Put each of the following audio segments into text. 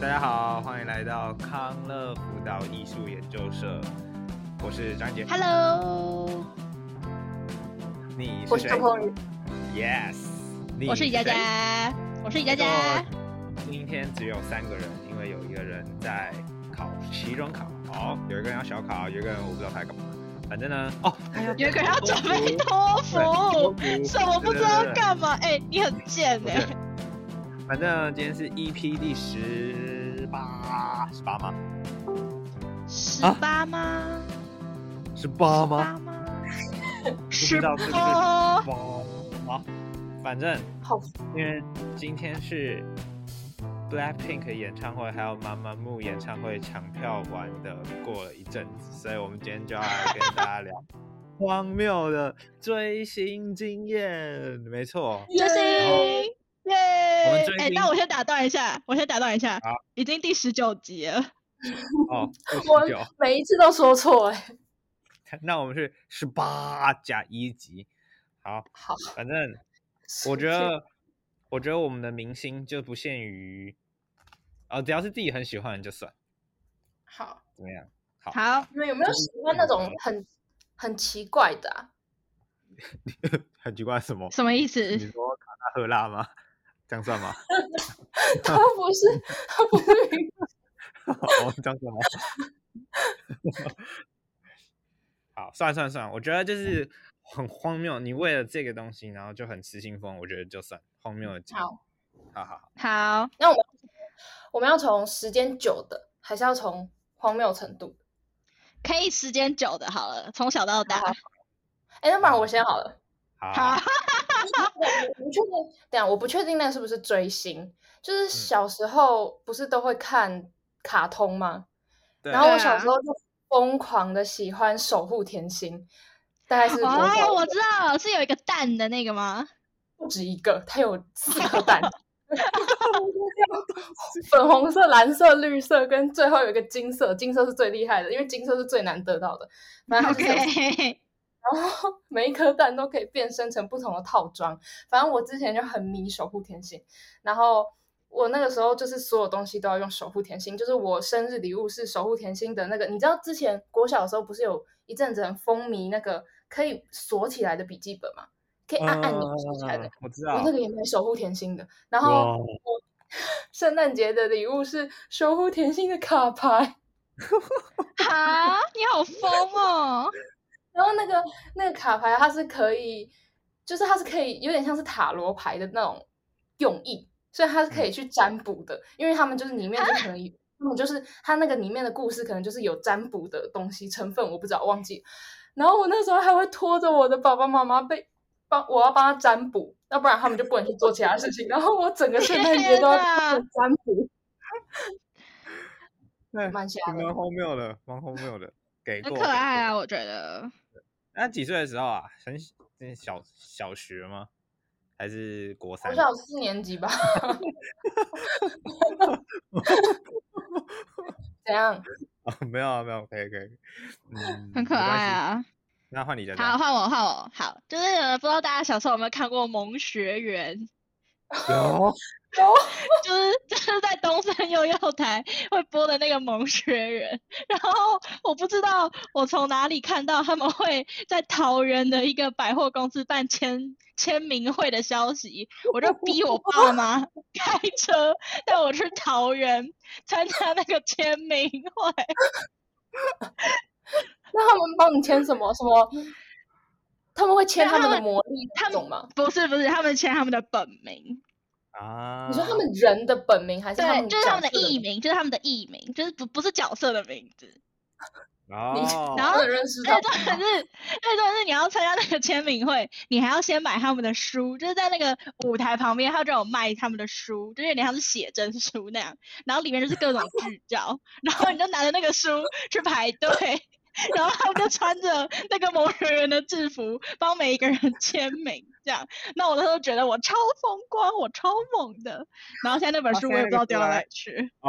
大家好，欢迎来到康乐辅导艺术研究社，我是张杰。 Hello，你我是谁是张鹏宇， ？Yes，你我是李佳谁。佳，我是李佳佳。今天只有三个人，因为有一个人在考期中考，哦有一个人要小考，有一个人我不知道他在干嘛。反正呢，哦，他要 有一个人要准备托托 福福，对托福什么不知道对对对对干嘛？哎，你很贱不哎、是，反正今天是 EP 第十八，十八吗？十啊八吗？十八十八？吗？知道是不是八八吗？反正好，因为今天是 Blackpink 演唱会还有妈妈木演唱会抢票完的过了一阵子，所以我们今天就要来跟大家 聊荒谬的追星经验。没错， 追星耶！我们追哎、星那我先打断一下，我先打断一下好，已经第十九集了，哦，我十九，每一次都说错哎、那我们是十八加一级。好，好，反正我觉得，我觉得我们的明星就不限于，呃，只要是自己很喜欢的就算，好，怎么样？好，你们有没有喜欢那种很很奇怪的、啊？ 很奇怪，什么？什么意你思？说卡纳赫拉吗？这样算吗？他不是，他不是明哦，这样算吗？ 好，算算算，我觉得就是很荒谬。你为了这个东西，然后就很痴心疯，我觉得就算荒谬的。好，好好好，好，那我们我们要从时间久的，还是要从荒谬程度？可以时间久的，好了，从小到大，哎，那不然我先好了。好好，我不确定，等一下我不确定那是不是追星，嗯就是小时候不是都会看卡通吗？对然后我对小啊时候就疯狂的喜欢守护甜心，大概是国哦，小我知道了，是有一个蛋的那个吗？不止一个，它有四颗蛋，粉红色、蓝色、绿色，跟最后有一个金色，金色是最厉害的，因为金色是最难得到的。反正它就是有 OK， 然后每一颗蛋都可以变身成不同的套装。反正我之前就很迷守护甜心，然后我那个时候就是所有东西都要用守护甜心，就是我生日礼物是守护甜心的那个。你知道之前国小的时候不是有一阵子很风靡那个可以锁起来的笔记本吗？可 以按按钮锁起来的嗯。我知我道那。个也买守护甜心的，然后哇我 圣诞节的礼物是守护甜心的卡牌，好，你好 疯哦！然后那个那个卡牌它是可以，就是它是可以有点像是塔罗牌的那种用意，所以它是可嗯以去占卜的，因为他们就是里面就啊可能有。他们就是它那个里面的故事，可能就是有占卜的东西成分，我不知道忘记。然后我那时候还会拖着我的爸爸妈妈被帮我要帮他占卜，要不然他们就不能去做其他事情。然后我整个圣诞节都要天哪帮他们占卜，对蛮瞎的。哎蛮荒谬的，蛮荒谬的，给很过。可爱啊！啊，我觉得。那几岁的时候啊？很那小小学吗？还是国我三？小四年级吧。怎样？哦，没有啊没有，可以可以，嗯，很可没关爱系。啊！那换你讲好，讲。换我，换我。好，就是呃不知道大家小时候有没有看过《萌学园》， 有就是 就是在东森幼幼台会播的那个《萌学园》，然后我不知道我从哪里看到他们会在桃园的一个百货公司办签签名会的消息，我就逼我爸 妈开车带我去桃园参加那个签名会。那他们帮你签什么什么？他们会签对他们他的们魔力他那们种吗？不是不是，他们签他们的本名，啊？你说他们人的本名还是他对，们就是他们角的色艺名，就是他们的艺名，就是不不是角色的名字。哦，然后真的认识最到重他嗯点 们吗？是，最重点是你要参加那个签名会，你还要先买他们的书，就是在那个舞台旁边，他就有卖他们的书，就有点像是写真书那样，然后里面就是各种剧照，然后你就拿着那个书去排队，然后他们就穿着那个某学员的制服，帮每一个人签名，这样。那我那时候觉得我超风光，我超猛的。然后现在那本哦书现在那我也不知个道丢出到哪来里去，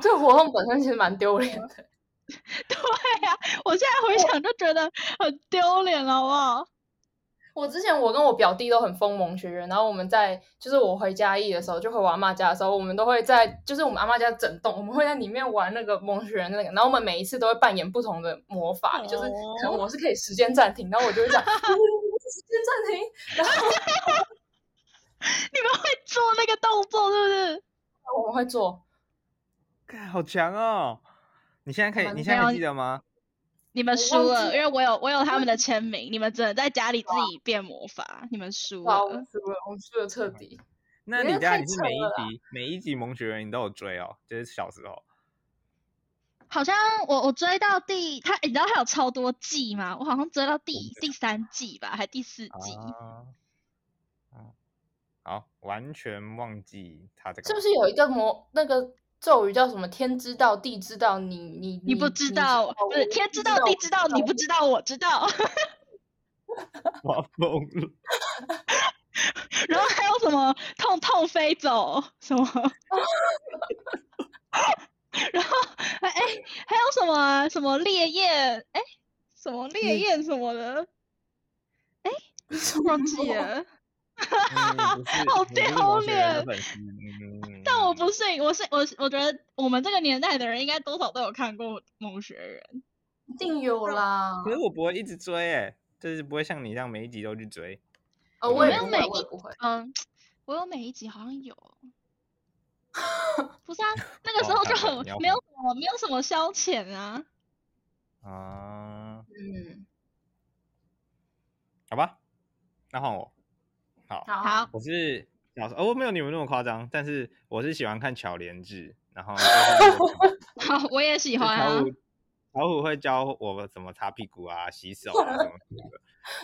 这个活动本身其实蛮丢脸的。我现在回想就觉得很丢脸，好不好？我之前我跟我表弟都很疯蒙学院，然后我们在就是我回嘉义的时候，就回我阿妈家的时候，我们都会在就是我们阿妈家整栋，我们会在里面玩那个蒙学院那个，然后我们每一次都会扮演不同的魔法，哦就是可能我是可以时间暂停，然后我就 会讲时间暂停， 你们会做那个动作是不是？然哦后我们会做，看好强哦！你现在可以，蛮你现在妙还记得吗？你们我输忘记了，因为我有我有他我们的签名，你们只能在家里自己变魔法，你们输哇，我了们。输了，我们输了彻底。那你你那个家太你是扯每一了啦集每一集《萌学园》你都有追哦，就是小时候。好像我我追到第他，你知道他有超多季吗？我好像追到第第三季吧，还第四季。啊，嗯好，完全忘记他这个，是不是有一个魔那个咒语叫什么？天知道，地知道，你你你不知道，不是天知道地知道，你不知道我知道。我疯了？然后还有什么痛痛飞走什 么，然后哎还有什么啊什么烈焰哎什么烈嗯焰什么的，哎 道忘记了。嗯你不是好你不是丢萌学园的脸粉丝嗯但我不信，我是我是我觉得我们这个年代的人应该多少都有看过《萌学人》。一定有啦。可是我不会一直追哎，就是不会像你这样每一集都去追。啊，我我也没不有会，每我一也不会。嗯，我有每一集好 像有，不是啊，那个时哇候太就狠很了你要没有什么没有什么消遣啊。啊，嗯，好吧，那换我。好，好，好，我是小时候哦，没有你们那么夸张，但是我是喜欢看巧莲智，然后 就是好，我也喜就欢啊巧。虎，巧虎会教我们怎么擦屁股啊、洗手啊什么之类的。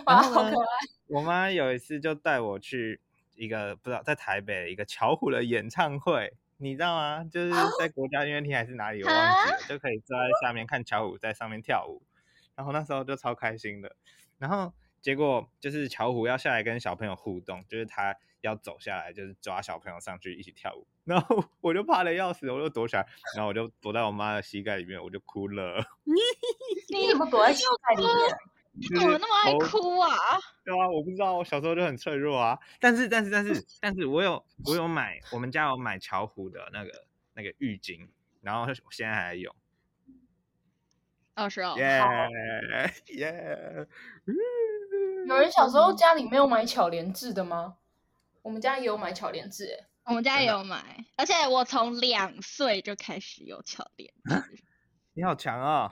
哇，然好后可呢爱。我妈有一次就带我去一个不知道在台北的一个巧虎的演唱会，你知道吗？就是在国家音乐厅还是哪里，我忘啊记了，就可以坐在下面看巧虎在上面跳舞。然后那时候就超开心的。然后结果就是巧虎要下来跟小朋友互动，就是他要走下来，就是抓小朋友上去一起跳舞。然后我就怕的要死，我就躲起来，然后我就躲在我妈的膝盖里面，我就哭了。你怎么躲在膝盖里面？就你是怎么那么爱头哭啊？对啊，我不知道，我小时候就很脆弱啊。但是，但是，但是，但是我有，我有买，我们家有买巧虎的那个那个浴巾，然后我现在还有，哦，是哦。耶好耶！有人小时候家里没有买巧莲智的吗？我们家也有买巧莲智，哎，我们家真也的有买，而且我从两岁就开始有巧莲智。你好强哦！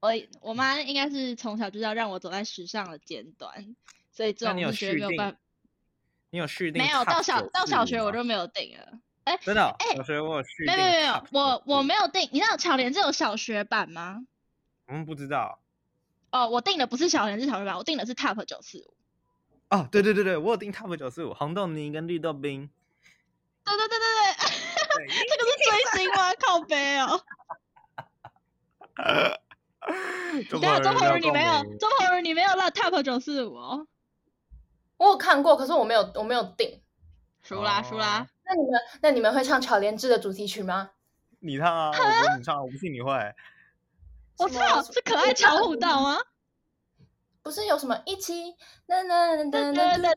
我我妈应该是从小就要让我走在时尚的尖端，所以这那种你有就觉得续没有办订法。？你有续订？没有到小到小学我就没有订了，真的哦哎小学我有续没订。有没有没有，我我没有订。你知道巧莲智有小学版吗？我们不知道哦，我订的不是巧莲智小学版，我订的是 Top 九四五。哦。对对对对，我有订 Top 九十五红豆泥跟绿豆 冰。对对对对对，对，这个是追星吗？靠背哦。中对啊，国周人鹏宇你没有共鸣，周鹏宇你没有那 Top 九四五哦。我有看过，可是我没有，我没有订。输啦输啦。那你们，那你们会唱巧莲智的主题曲吗？你唱啊，我不你唱，我不信你会。我什么操，是可爱巧虎道吗？不是有什么一起？噔噔噔噔噔噔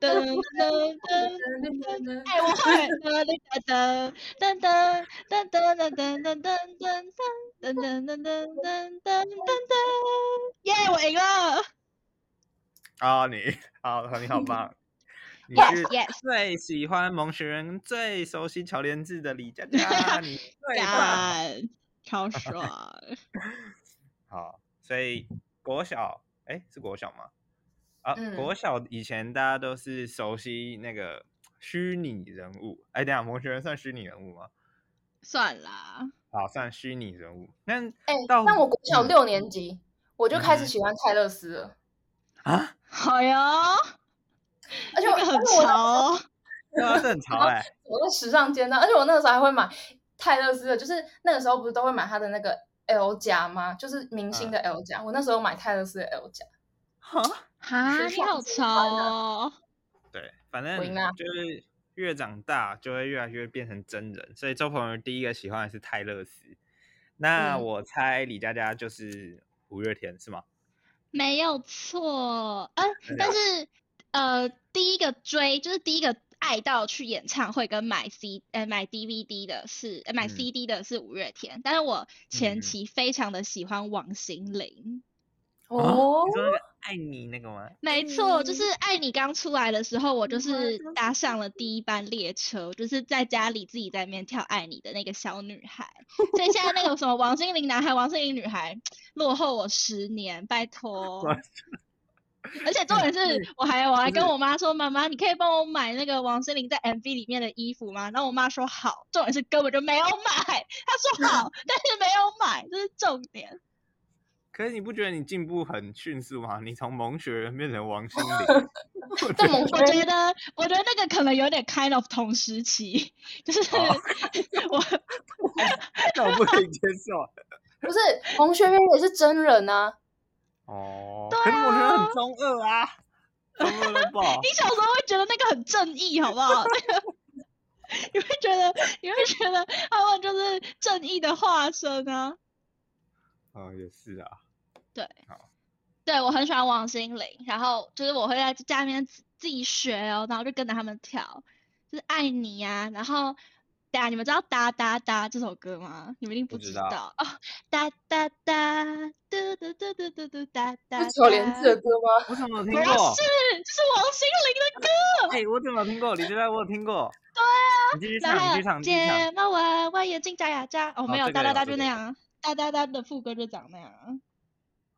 噔噔哎，我会。噔噔噔噔噔噔噔噔噔噔噔噔噔噔噔噔噔，耶，我赢了啊，你 好，你好棒！你！Yes 是 Yes，最喜欢萌学园、最熟悉乔莲智的李佳佳，你最棒。干，超爽！好，所以国小，哎，是国小吗？啊，嗯国小以前大家都是熟悉那个虚拟人物。哎，等一下，萌学园算虚拟人物吗？算啦，好，算虚拟人物。但哎，到但我国小嗯六年级，我就开嗯始喜欢泰勒斯了，啊，好哟，而且这我个很而且我那潮，对啊，这很潮 哎、我在时尚尖端，而且我那个时候还会买泰勒斯的，就是那个时候不是都会买他的那个 L 夹吗？就是明星的 L 夹，我那时候买泰勒斯的 L 夹。哈，哈，你好潮哦！对，反我正应该就是越长大就会越来越变成真人，所以周鹏宇第一个喜欢的是泰勒斯。那嗯我猜李佳佳就是五月天是吗？没有错，呃，对但是呃，第一个追就是第一个爱到去演唱会跟买 C 呃买 DVD 的是、呃、买嗯 CD 的是五月天，但是我前嗯期非常的喜欢王心凌，哦，你说那个爱你那个吗？没错，就嗯是爱你刚出来的时候，我就哇是真搭上了第一班列车，就是在家里自己在那边跳爱你的那个小女孩，所以现在那个什么王心凌男孩、王心凌女孩落后我十年，拜托。而且重点是，我还我还跟我妈说，妈妈，你可以帮我买那个王心凌在 MV 里面的衣服吗？然后我妈说好，重点是根本就没有买，她说好，但是没有买，这是重点。可是你不觉得你进步很迅速吗？你从萌学人变成王心凌，我觉但得 蒙我觉得，我觉得那个可能有点 kind of 同时期，就是哦我那我不可以接受。不是红学院也是真人啊，哦，可是我觉得很中二啊，中二到 爆你。小时候会觉得那个很正义，好不好？那个你会觉得，你会觉得他们就是正义的化身啊。嗯，也是啊。对好，对我很喜欢王心凌，然后就是我会在家里面自自己学哦，然后就跟着他们跳，就是爱你呀、然后，对啊，你们知道《哒哒哒》这首歌吗？你们一定不知知道道哦，哒哒哒，嘟嘟嘟嘟嘟嘟哒哒是哒。九连字的歌吗？我怎么不听是，这是过？王心凌的歌。哎、我怎么听过？李志在我有听过。对啊。你继续然唱，后你继续还有唱，你继续唱。睫毛弯弯，眼睛眨呀眨。哦，没哦有，这哒个哒有哒这个就那有样啊，哒哒哒的副歌就长那样啊。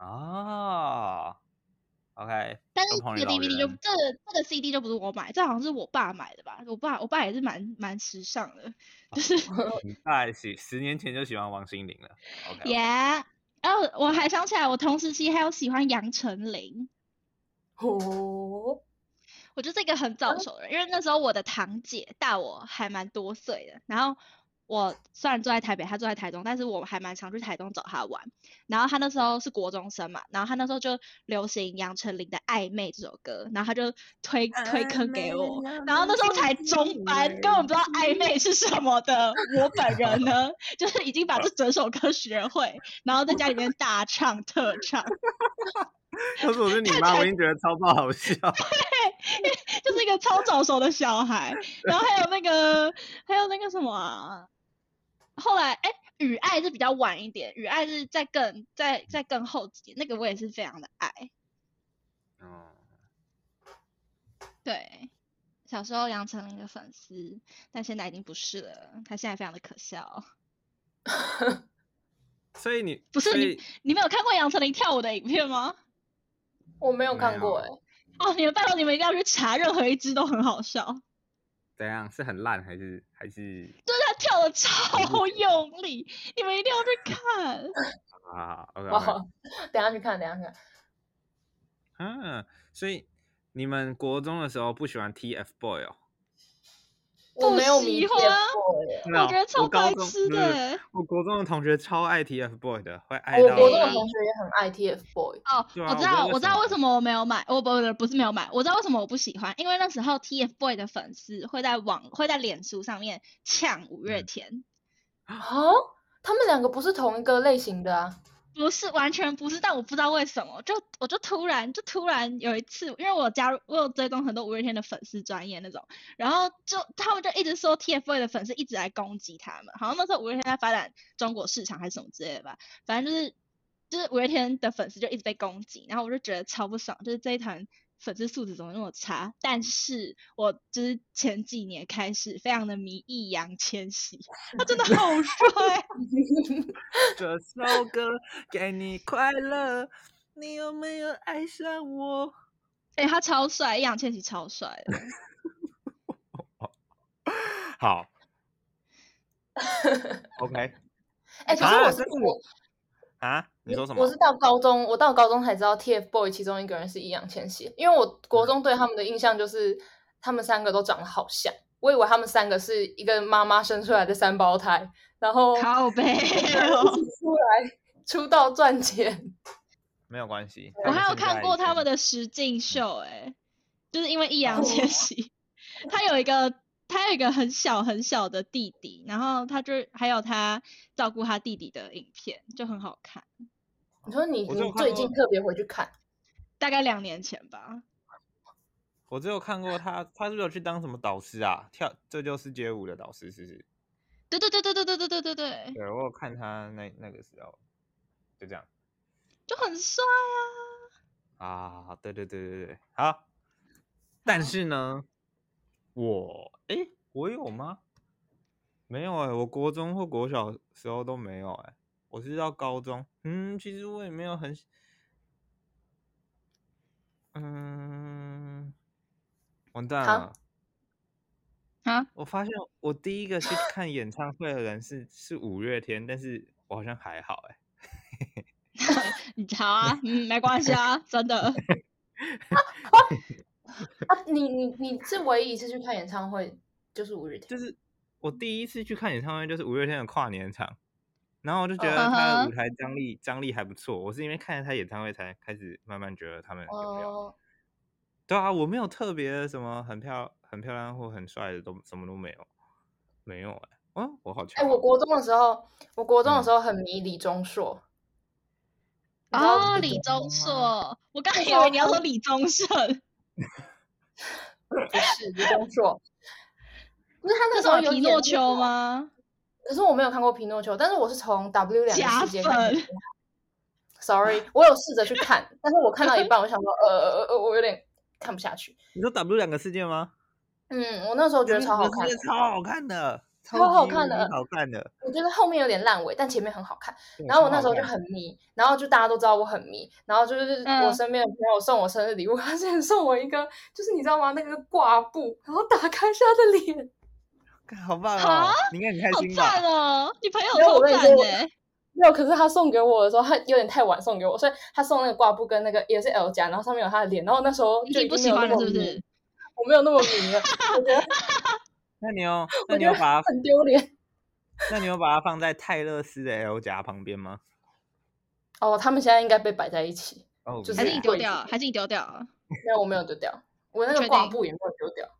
啊，OK，但是都捧你这个老 DVD 就人这个这个 CD 就不是我买，这好像是我爸买的吧？我爸我爸也是蛮蛮时尚的，就是你大概喜十年前就喜欢王心凌了。OK，, 哦 y e 啊 a h 然后哦我还想起来，我同时期还有喜欢杨丞琳，哦，我就是一个很早熟的人，因为那时候我的堂姐大我还蛮多岁的，然后我虽然住在台北，她住在台中，但是我还蛮常去台中找她玩。然后她那时候是国中生嘛，然后她那时候就流行杨丞琳的《暧昧》这首歌，然后她就推推暧坑给昧我，浪然啊后那时候漫才情中班，人根本不知道暧 昧是什么的。我本人呢， 就是已经把这整首歌学会，然后在家里面大唱特唱，要是我是你妈，我一定觉得超爆好笑。 就是一个超早熟的小孩。然后还有那个，还有那个什么啊，后来哎，雨爱是比较晚一点，雨爱是在更在在更后几年，那个我也是非常的爱。嗯，对，小时候杨丞琳的粉丝，但现在已经不是了，她现在非常的可笑。所以你不是所你以你们有看过杨丞琳跳舞的影片吗？我没有看过没哎，哦，你们拜托你们一定要去查，任何一支都很好笑，怎样是很烂还是还是就是他跳的超用力，你们一定要去看。啊？OK，, 好 o k 好，哦 等一下去看，等一下去看。 嗯，所以你们国中的时候不喜欢 TFBOY 哦？我不没有喜迷恋欢过哎。真的我哦觉得超我高白中嗯痴的不是欸。我国中的同学超爱 TFBOY 的，会爱我到国中的对同学也很 爱 TFBOY，哦，对啊我我不知知道道，为我什知道么为什么我没有买，我不不不是没有买，我知道为什么我不喜欢，因为那时候 TFBOY 的粉丝会在网会在脸书上面呛五月嗯天，啊，他们两个不是同一个类型的啊。 不是，完全不是，但我不知道为什么，就我就突然就突然有一次，因为我加入我有追踪很多五月天的粉丝专业那种，然后就他们就一直说 TFBOY 的粉丝一直来攻击他们，好像那时候五月天在发展中国市场还是什么之类的吧，反正就是就是五月天的粉丝就一直被攻击，然后我就觉得超不爽，就是这一团粉丝素质怎么那么差？但是我就是前几年开始非常的迷易烊千玺，他真的好帅。这首歌给你快乐，你有没有爱上我？哎、他超帅，易烊千玺超帅的好，OK 哎，可是啊我这是是我 啊？你说什么？我是到高中，我到高中才知道 TFBOY 其中一个人是易烊千玺，因为我嗯国中对他们的印象就是他们三个都长得好像，我以为他们三个是一个妈妈生出来的三胞胎，然后靠背 一哦。起出来出道赚钱。没有关系。我还有现在看已过他经们的实境秀、哎，就是因为易哦烊千玺， 他有一个他有一个很小很小的弟弟，然后他就还有他照顾他弟弟的影片，就很好看。你说你我就有你看最近过特别回去看，大概两年前吧。我只有看过他，他是不是有去当什么导师啊？跳这就是街舞的导师，是不是？对对对对对对对对对对，对我有看他那那个时候，就这样就很帅 啊。啊，对对对对对，好。但是呢，我诶，我有吗？没有诶，我国中或国小时候都没有诶，我是到高中。嗯，其实我也没有很喜，嗯，完蛋好了。啊，我发现我第一个去看演唱会的人是是五月天，但是我好像还好哎、你好啊，嗯，没关系啊，真 的。啊，你你你是唯一一次去看演唱会就是五月天，就是我第一次去看演唱会就是五月天的跨年场，然后我就觉得他嗯的哼舞台张力、张力还不错。我是因为看了他演唱会才开始慢慢觉得他们有料。哦，对啊，我没有特别的什么很漂很漂亮或很帅的都什么都没有，没有哎、哦，我好哎、强哦、我国中的时候，我国嗯中的时候很迷李钟硕。你知道哦，李钟硕，我刚才以为你要说李宗盛，不是李钟硕，不是他 那那时什候么有皮演诺那丘个？吗？可是我没有看过皮诺丘，但是我是从 W 两个假世界看粉起来。Sorry，我有试着去看， 但是我看到一半，我想说，呃呃呃，我有点看不下去。你说 W 两个世界吗？嗯，我那时候觉得超好看真的，的超好看的，超好级看无敌的好看的。我觉得后面有点烂尾，但前面很好看。对然后我超那好时候就看很迷，然后就大家都知道我很迷，然后就是我嗯身边的朋友送我生日礼物， 他之前送我一个，就是你知道吗？那个挂布，然后打开是他的脸， 看好棒哦哈！你应该很开好心吧赞？哦，你朋友没有我超跟你赞说哎，没有，可是他送给我的时候，他有点太晚送给我，所以他送那个挂布跟那个也是 L 夹，然后上面有他的脸，然后那时候就你已不经喜没有那欢了么是不迷是？我没有那么迷了，我觉得那你有，那我你觉有得把它，很丢脸。 那你有把它放在泰勒斯的 L 夹旁边吗？哦，他们现在应该被摆在一起，哦，就是还是不你啊丢掉？还是你丢掉？啊没有，我没有丢掉，我那确个挂定布也没有丢掉，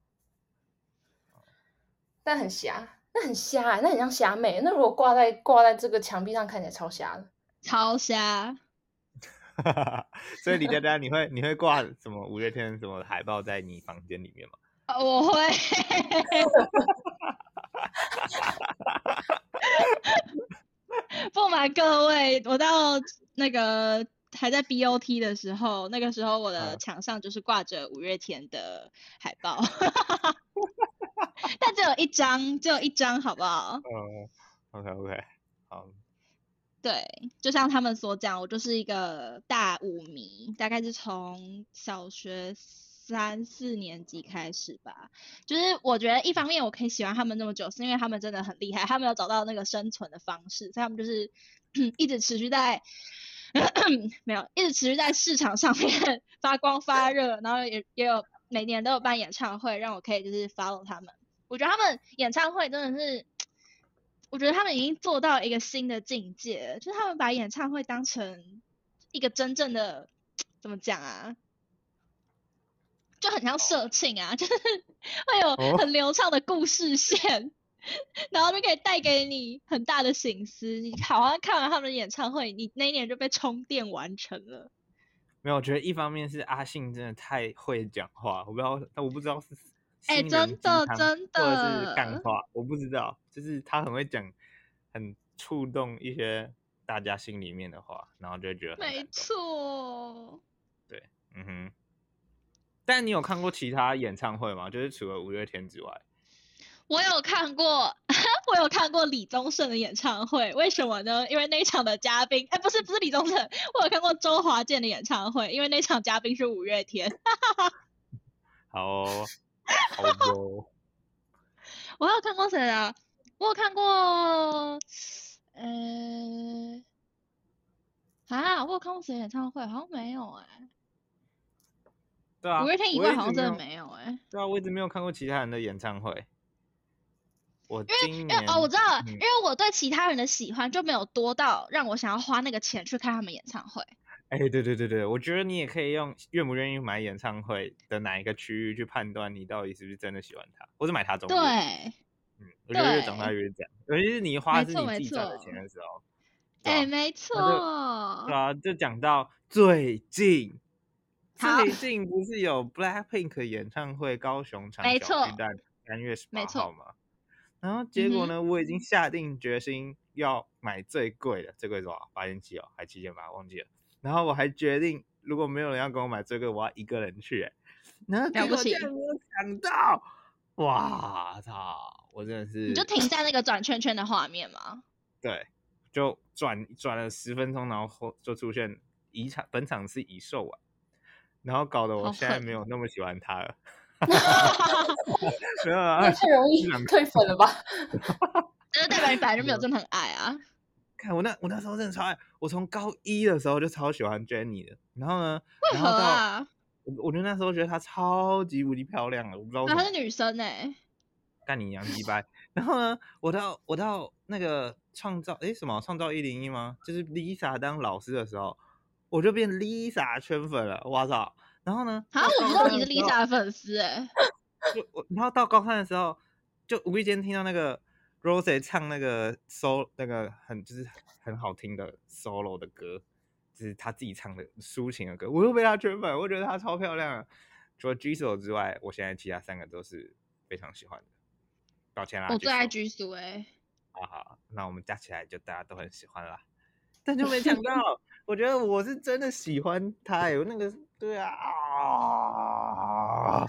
但很瞎，那很瞎、欸，那很像瞎妹。那如果挂在挂在这个墙壁上，看起来超瞎的。超瞎， 所以李佳佳，你会你会挂什么五月天什么海报在你房间里面吗？呃我会，不瞒各位，我到那个还在 BOT 的时候，那个时候我的嗯墙上就是挂着五月天的海报， 但只有一张，只有一张，好不好？嗯，OK OK，好，对，就像他们所讲，我就是一个大舞迷，大概是从小学三四年级开始吧。就是我觉得一方面我可以喜欢他们那么久，是因为他们真的很厉害，他们有找到那个生存的方式，所以他们就是 一直持续在 没有一直持续在市场上面 发光发热，然后也也有每年都有办演唱会，让我可以就是 follow 他们。我觉得他们演唱会真的是，我觉得他们已经做到一个新的境界了，就是他们把演唱会当成一个真正的怎么讲啊，就很像社庆啊， 就是会哦有很流畅的故事线，然后就可以带给你很大的醒思。你好像看完他们的演唱会，你那一年就被充电完成了。没有，我觉得一方面是阿信真的太会讲话，我不知道，但我不知道是哎心灵真鸡的汤真或者是干的话，我不知道，就是他很会讲，很触动一些大家心里面的话，然后就会觉得很没感动。错，嗯哼，但你有看过其他演唱会吗？就是除了五月天之外，我有看过， 我有看过李宗盛的演唱会，为什么呢？因为那一场的嘉宾，哎、不是不是李宗盛，我有看过周华健的演唱会，因为那场嘉宾是五月天。好哦，好哦，我还有看过谁啊？我有看过，呃，啊，我有看过谁演唱会？好像没有哎、对啊，五月天以我外一好像直真的没有哎、对啊，我一直没有看过其他人的演唱会。我今因为年哦，我知道了，嗯因为我对其他人的喜欢就没有多到让我想要花那个钱去看他们演唱会。哎，对对对对，我觉得你也可以用愿不愿意买演唱会的哪一个区域去判断你到底是不是真的喜欢他，或是买他周对边。，嗯，我觉得越长大对越是这样，尤其是你花没的是错你没自己赚的钱错的时候。对哎、啊没那就错对，啊，就讲到最近好最近不是有 Blackpink 演唱会高雄场没小错巨蛋三月十没八错嗯号嘛？然后结果呢，我已经下定决心要买最贵的，最贵多少？八千七哦，还七千八，忘记了。然后我还决定，如果没有人要跟我买最贵，我要一个人去、欸。然后了结不果竟起然没有想到，哇操！我真的是你就停在那个转圈圈的画面吗？对，就转转了十分钟，然后后就出现以场本场是已售完，然后搞得好我现在狠哦没有那么喜欢 他了。没有啊那，太容易两个退粉了吧？那就代表你本来就没有真的很爱啊。看我那我那时候真的超爱，我从高一的时候就超喜欢 Jennie 的，然后呢，为然何后到啊？我我觉得那时候觉得她超级无敌漂亮了，我不知道为啊什她么是女生哎、干你娘鸡掰。然后呢，我到我到那个创造诶什么创造一零一吗？就是 Lisa 当老师的时候，我就变 Lisa 圈粉了，我操！然后呢，好到像啊我高知道三你的是时候 Lisa 的粉丝哎、就我，然后到高三的时候，就无意间听到那个 Rose 唱那个 solo 那个很就是很好听的 solo 的歌，就是她自己唱的抒情的歌，我又被她圈粉，我觉得她超漂亮的。除了 G 手之外，我现在其他三个都是非常喜欢的。抱歉啦，我最爱 Jisoo 居苏哎，好好，那我们加起来就大家都很喜欢啦。 但就没想到，我觉得我是真的喜欢他、欸，我那个对啊啊，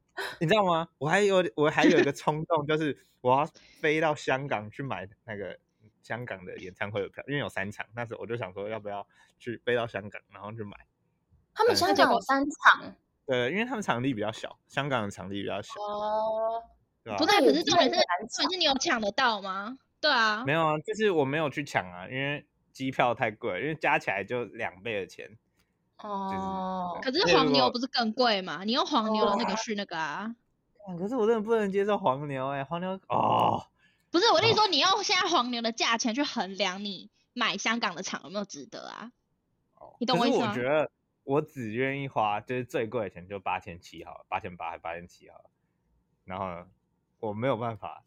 你知道吗？我还有我还有一个冲动，就是我要飞到香港去买那个香港的演唱会的票，因为有三场，那时候我就想说要不要去飞到香港，然后去买。他们嗯香结港有果三场对，因为他们场地比较小，香港的场地比较小，哦，对吧？不对，那可你是不重是点是很难重点是你有抢得到吗？对啊没，有啊，就是我没有去抢啊，因为机票太贵了，因为加起来就两倍的钱。哦，可是那如黄牛果不是更贵吗？你用黄牛的那个去那个哦啊？干可是我真的不能接受黄牛哎、黄牛哦，不是，我跟你说，你用现在黄牛的价钱去衡量你买香港的场有没有值得啊？你懂哦可我是意思我吗觉得我只愿意花就是最贵的钱就八千七好了，八千八还八千七好了。然后呢，我没有办法，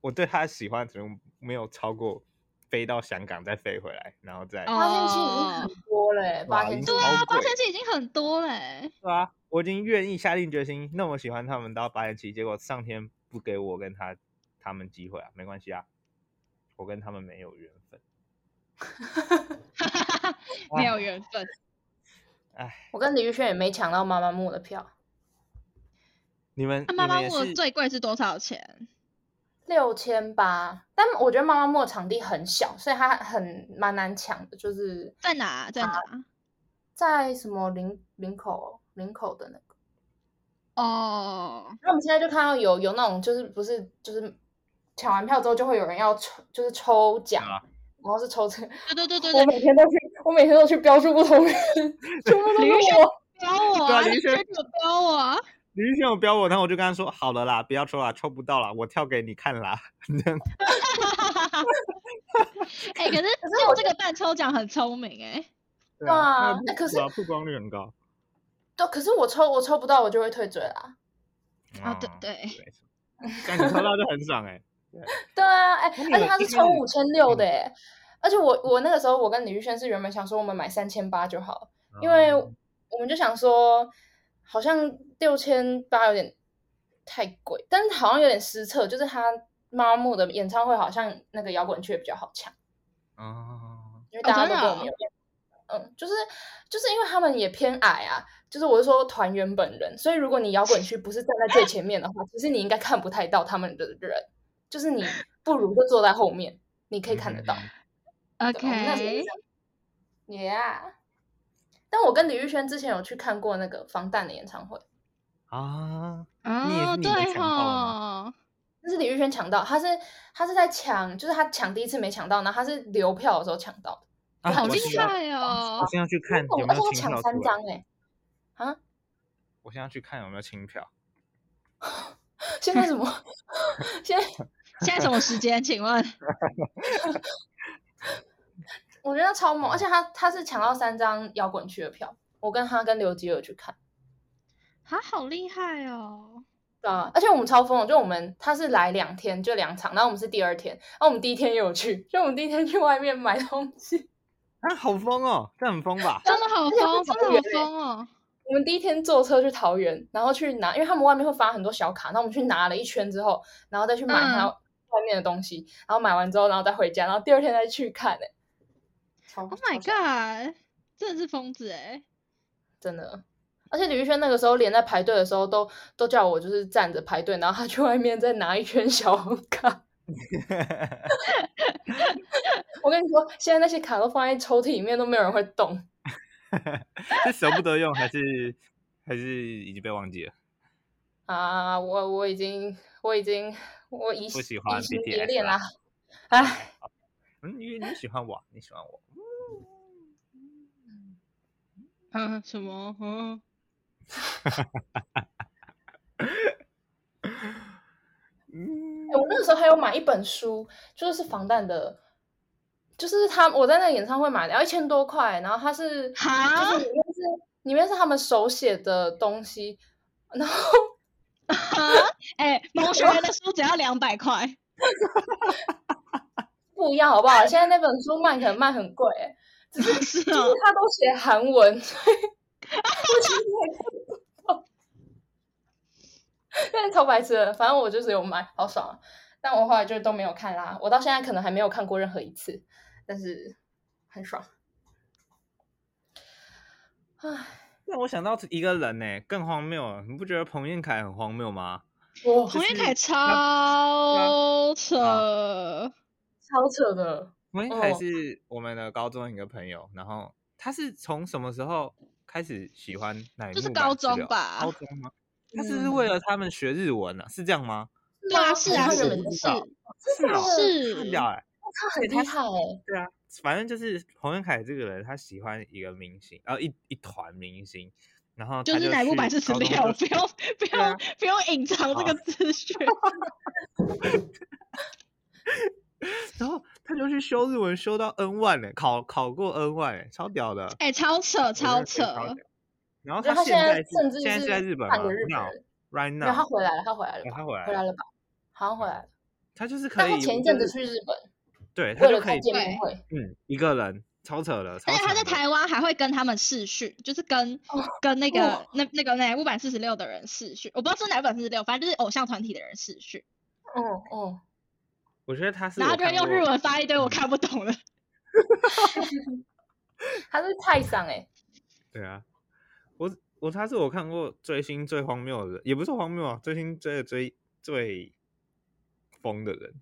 我对他的喜欢程度没有超过飞到香港再飞回来，然后再、哦八千七已经很多了欸，八哇千已七经对好啊，贵八千七已经很多嘞、欸对啊，我已经愿意下定决心那么喜欢他们到八千七，结果上天不给我跟他他们机会啊，没关系啊，我跟他们没有缘分，没有缘分。哎，我跟李宇轩也没抢到妈妈木的票，你们那妈妈你们木也的是最贵是多少钱？六千八。但我觉得妈妈木的场地很小，所以它很蛮难抢的，就是在哪啊？在哪在什么林林口林口的那个。啊？哦，那我们现在就看到有有那种就是不是就是抢完票之后就会有人要抽，就是抽奖，啊然后是抽这个。对对对对我对，每天都去，我每天都去标注不 同人，全 部都是李宇轩我。标我对啊啊！林你轩真的标我 啊！你是想标我，然后我就跟他说好了啦，不要抽啦，抽不到啦，我跳给你看啦。 这样哎、可是是用我这个办抽奖很聪明哎、对啊那那可是对啊曝光率很高。对，可是我抽我抽不到，我就会退追啦。 啊对嗯对，但你抽到就很爽 哎。对啊，哎、那你而且们他一嗯是开抽始五千六的、哎、而且我我那个时候我跟李玉轩是原本想说我们买三千八就好了，因为嗯我们就想说好像六千八有点太贵，但是好像有点失策，就是他妈木的演唱会好像那个摇滚区也比较好抢，嗯哦，因为哦大家都真的跟我们哦有点。嗯，就是就是因为他们也偏矮啊，就是我是说团员本人，所以如果你摇滚区不是站在最前面的话，其实你应该看不太到他们的人，就是你不如就坐在后面，你可以看得到。啊哦对我们哦那时候就 OK，这样 Yeah，但我跟李玉轩之前有去看过那个防弹的演唱会，啊，你也哦是，你的对强暴了吼，那是李玉轩抢到，他是他是在抢，就是他抢第一次没抢到，然后他是留票的时候抢到的，啊好我啊厉现在害我哦！现在去看有没而有且他清票抢出三来张。哎、啊，我现在去看有没有清票。现在什么？ 现在现在什么时间？请问？我觉得超猛，而且他他是抢到三张摇滚区的票，我跟他跟刘吉尔去看，他好厉害哦！对啊，而且我们超疯的，就我们他是来两天就两场，然后我们是第二天，然后我们第一天也有去，就我们第一天去外面买东西，啊，好疯哦，这很疯吧？真的好而且疯，是真的团员好疯哦！我我们第一天坐车去桃园，然后去拿，因为他们外面会发很多小卡，然后我们去拿了一圈之后，然后再去买他嗯外面的东西，然后买完之后，然后再回家，然后第二天再去看、欸，哎，Oh my god，真的是疯子哎、真的。而且李玉轩那个时候连在排队的时候都都叫我就是站着排队，然后他去外面再拿一圈小红卡。我跟你说，现在那些卡都放在抽屉里面，都没有人会动。是舍不得用还是还是已经被忘记了？啊，我我已经我已经我疑不心喜欢疑心别 BTS 恋啦啦，唉，嗯，因为你喜欢我，你喜欢我，嗯，什么？嗯，嗯我那个时候还有买一本书，就是防弹的，就是他我在那个演唱会买的，要一千多块，然后它是哈就是里面是里面是他们手写的东西，然后 哈，哎，毛学的书只要两百块， 不一样好不好？现在那本书卖可能卖很贵、欸，只是是就是哦，它都写韩文，所以我其实也看不懂。 但是超白痴的，反正我就是有买，好爽、啊。但我后来就都没有看啦，我到现在可能还没有看过任何一次，但是很爽。唉，让我想到一个人呢、欸更荒谬了。你不觉得彭彦凯很荒谬吗？哇，彭彦凯超扯，超扯的！彭彦凯哦是我们的高中一个朋友，然后他是从什么时候开始喜欢乃就是木高坂中46吧高中吗？他是不是为了他们学日文呢、啊？是这样吗？对啊，是啊，我是也不知道是是啊，是是，啊，他很厉害、欸，对啊，反正就是彭元凯这个人，他喜欢一个明星，呃，一一团明星，然后就是乃木坂四十十六，不用不对啊用不用隐藏这啊个资讯，然后他就去修日文，修到 N 万呢，考考过 N 万呢，超屌的，哎，超扯我超就觉得屌。扯然后欸他然后他现现在是甚至现在是在日本吗半个日本？Now 人 right 没有 now，他回来了，他回来了哦吧？他回来回来了，了吧？好像回来了。他就是可但以他就前一阵子是去日本，对，他为就了可以看见面会。嗯一个人超扯的，超而且他强在的台湾还会跟他们视讯，就是跟、哦跟那个哇那那个乃木坂四十六的人视讯，我不知道是哪木坂四十六，反正就是偶像团体的人视讯，嗯嗯，我觉得他是然后我就会看用日过文发一堆我看不懂的。他是泰桑哎、对啊，我我他是我看过追星最荒谬的人，也不是荒谬啊，追星追的追最疯的人，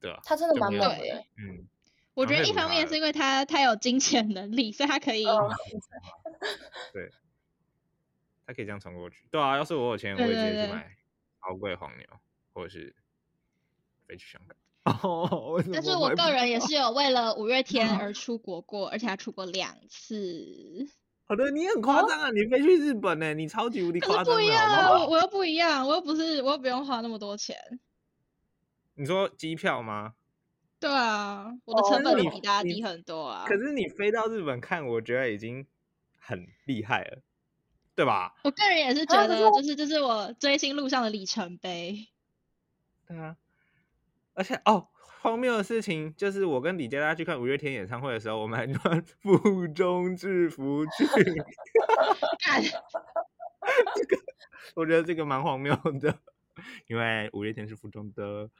对吧、他真的就蛮没猛有的、对欸。嗯，我觉太得一无方奈面了是因为他他有金钱能力，所以他可以、嗯 他可以这样冲过去。对啊，要是我有钱，我对也直对接去对买超贵黄牛，或者是飞去香港。 哦，为什但么是我买不个人也到，是有为了五 月天而出国过，而且还出国两次，好的，哦你很夸张啊，你飞去日本呢、你超级无敌可夸是张哦不一的，样啊，好不我好？我又不一样，我又不是我又不用花那么多钱，你说机票吗？对啊，我的哦成那本你比大家你低很多啊。可是你飞到日本看，我觉得已经很厉害了，对吧？我个人也是啊觉可得是，我就是这是我追星路上的里程碑。 对啊，而且哦，荒谬的事情就是，我跟李佳佳去看五月天演唱会的时候，我们还穿附中制服去， 干，我觉得这个蛮荒谬的，因为五月天是附中的，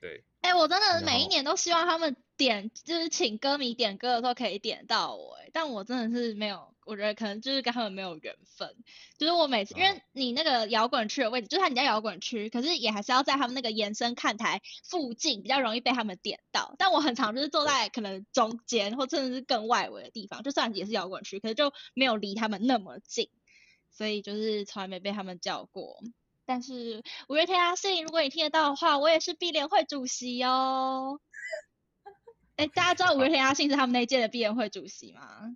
对，哎、我真的每一后年都希望他们点，就是请歌迷点歌的时候可以点到我、哎，但我真的是没有，我觉得可能就是跟他们没有缘分。就是我每次，因为你那个摇滚区的位置，就是他你在摇滚区，可是也还是要在他们那个延伸看台附近，比较容易被他们点到。但我很常就是坐在可能中间或甚至是更外围的地方，就算也是摇滚区，可是就没有离他们那么近，所以就是从来没被他们叫过。但是五月天阿信，如果你听得到的话，我也是碧联会主席哦。哎，大家知道五月天阿信是他们那一届的碧联会主席吗？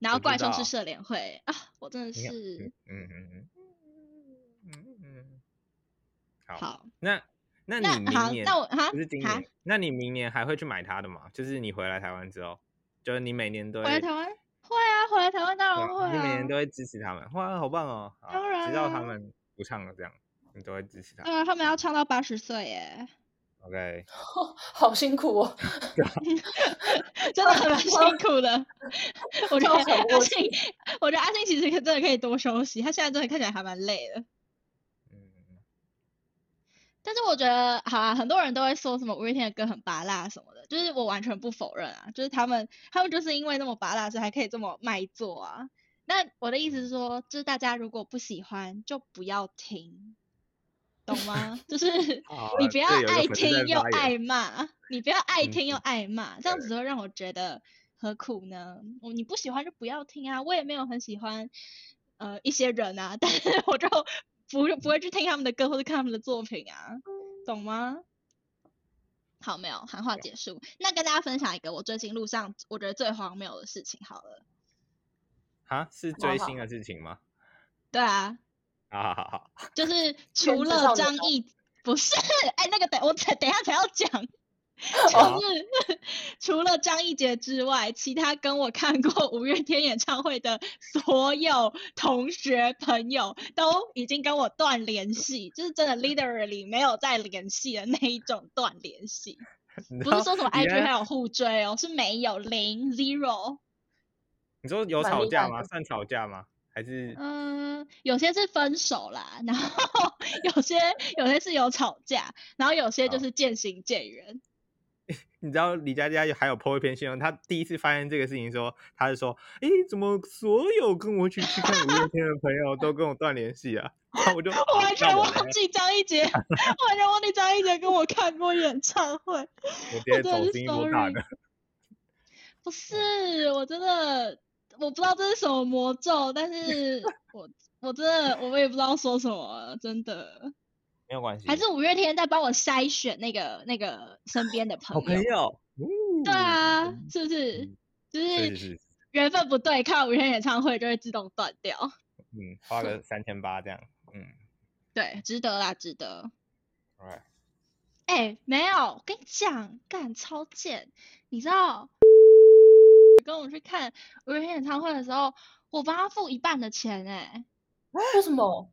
然我后知怪兽道是社联会啊，我真的你看是嗯嗯嗯嗯嗯嗯，好，好。那那那你明好，年那我哈不是今哈年，，那你明年还会去买它的吗？就是你回来台湾之后，就是你每年都回会来台湾会啊，回来台湾当对然啊你每年会都啊。会支持他们，哇，好棒哦！好当然直到啊嗯他们不唱了这样，你都会支持他呃对啊，他们要唱到八十岁耶！ 哦 OK，好辛苦哦。真的 很蛮辛苦的。我觉得超好阿信，我觉得阿信其实可真的可以多休息，他现在真的看起来还蛮累的。 嗯，但是我觉得，好啊，很多人都会说什么五月天的歌很拔辣什么的，就是我完全不否认啊，就是他们他们就是因为那么拔辣，所以还可以这么卖座啊。那我的意思是说，就是大家如果不喜欢，就不要听，懂吗？ 就是好你啊不要这有一个爱粉丝在听又发言爱骂， 你不要爱嗯听又爱骂，这样对子会让我觉得何苦呢？我你不喜欢就不要听啊，我也没有很喜欢呃一些人啊， 但是我就不不会去听他们的歌或者看他们的作品啊，懂吗？好，没有喊话结束。那跟大家分享一个我最近路上我觉得最荒谬的事情好了。啊，是好追好星的事情吗？对啊，好好好好，就是原除子少了年张吗译，不是，哎、那个等我等等一下才要讲， 好就是 除了张艺杰之外，其他跟我看过五月天演唱会的所有同学朋友都已经跟我断联系，就是真 的 literally 没有再联系的那一种断联系，你知 不是道说什么你 IG 在还有互追哦，是没有零 zero。你说有蛮吵厉架害吗？的算吵架吗？还是嗯，有些是分手啦，然后有些有些是有吵架，然后有些就好是渐行渐远。你知道李佳佳有还有 po 一篇新闻，她第一次发现这个事情的时候，她就说：“诶，怎么所有跟我一起去看五月天的朋友都跟我断联系啊？” 然后我就我完全我忘记张一 杰，我完全忘记张一杰跟我看过演唱会。我直接我真的走是进一波大 sorry 的。 不是，我真的我不知道这是什么魔咒，但是 我我真的我也不知道说什么了，真的。没有关系，还是五月天在帮我筛选那个那个身边的好朋朋友。友。对啊，是不是嗯？就是是是是，缘分不对，看五月天演唱会就会自动断掉。嗯，花个三千八这样，嗯对，值得啦，值得。 ，all right，哎、没有，我跟你讲，干超贱，你知道？跟我去看五月天演唱会的时候，我帮他付一半的钱哎、为什么？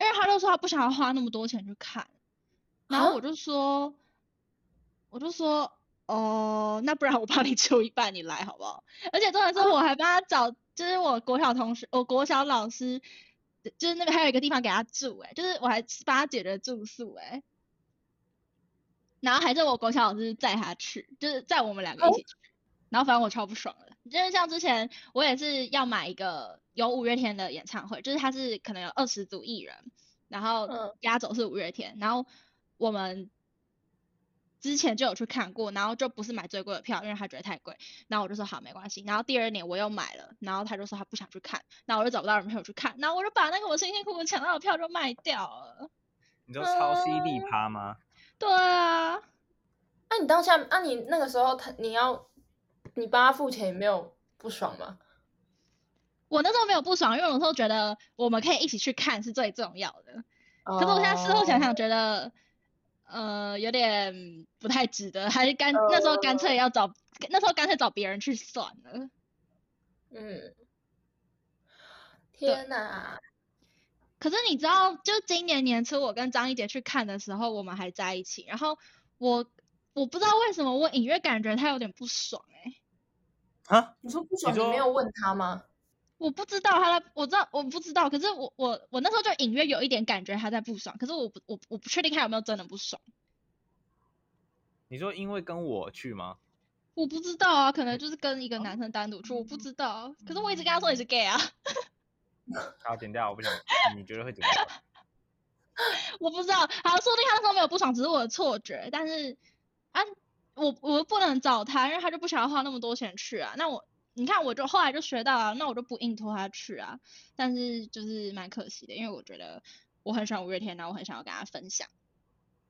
因为他就说他不想要花那么多钱去看，然后啊我就说，我就说，哦，那不然我帮你出一半，你来好不好？而且重点是我还帮他找，就是我国小同学，我国小老师，就是那边还有一个地方给他住、欸，就是我还帮他解决住宿、欸，然后还是我国小老师载他去，就是载我们两个一起去，然后反正我超不爽的，就是像之前我也是要买一个有五月天的演唱会，就是他是可能有二十组艺人，然后嗯压轴是五月天，然后我们。之前就有去看过，然后就不是买最贵的票，因为他觉得太贵。然后我就说好，没关系。然后第二年我又买了，然后他就说他不想去看，那我就找不到人陪我去看，然后我就把那个我辛辛苦苦抢到的票就卖掉了。你说超犀呃利趴吗？对啊，那、你当下，那、你那个时候他你要你帮他付钱，也没有不爽吗？我那时候没有不爽，因为我那时候觉得我们可以一起去看是最重要的。可可是我现在事后哦想，想，觉得呃有点不太值得，还是干那时候干脆要找那时候干脆找别人去算了。嗯，天哪，可是你知道，就今年年初我跟张一杰去看的时候，我们还在一起。然后我我不知道为什么，我隐约感觉他有点不爽哎、啊，你说不爽，你你说没有问他吗？我不知道他在，我知道我不知道，可是我我我那时候就隐约有一点感觉他在不爽，可是我不我我不确定他有没有真的不爽，你说因为跟我去吗？我不知道啊，可能就是跟一个男生单独去，我不知道啊，可是我一直跟他说你是 gay 啊，好，剪掉，我不想，你觉得会剪掉？我不知道，好，说不定他那时候没有不爽，只是我的错觉。但是啊，我我不能找他，因为他就不想要花那么多钱去啊。那我你看，我就后来就学到了，那我就不硬拖他去啊。但是就是蛮可惜的，因为我觉得我很喜欢五月天，然后我很想要跟他分享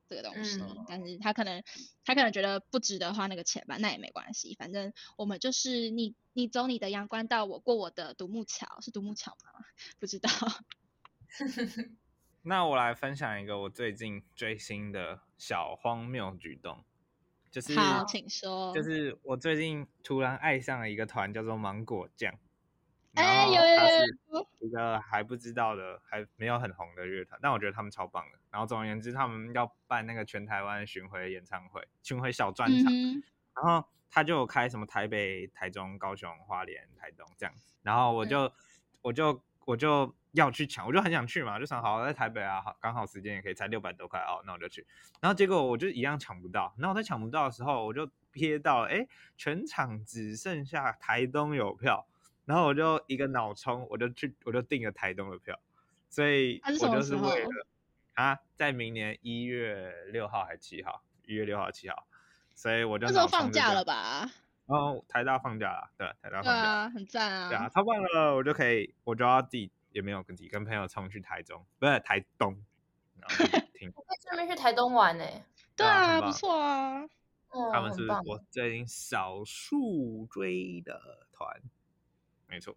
这个东西，嗯但是他可能他可能觉得不值得花那个钱吧，那也没关系，反正我们就是你你走你的阳关道，我过我的独木桥，是独木桥吗？ 不知道。 那我来分享一个我最近追星的小荒谬举动，就是好，请说。就是我最近突然爱上了一个团，叫做芒果酱。哎有有有有，一个还不知道的，还没有很红的乐团，但我觉得他们超棒的。然后总而言之，他们要办那个全台湾巡回演唱会，巡回小专场，嗯然后他就有开什么台北、台中、高雄、花莲、台东这样子，然后我就、我就我就要去抢，我就很想去嘛，就想好在台北啊，好刚好时间也可以，才六百多块哦，那我就去。然后结果我就一样抢不到，然后我在抢不到的时候，我就瞥到，哎，全场只剩下台东有票，然后我就一个脑冲，我就去，我就订了台东的票，所以它是什我么就是时为候了啊，在明年一月六号还七号，一月六号七号，所以我就那时候脑冲放就这假样了？吧？哦，台大放假了，对，台大放对假。啊，很赞对啊啊，！他忘了，我就可以，我就要自己也没有跟自己跟朋友冲去台中，不是台东，然后 去听哦那顺便去台东玩呢、对对啊很啊，不棒错啊。嗯，他们很是棒。我最近少数追的团，没错，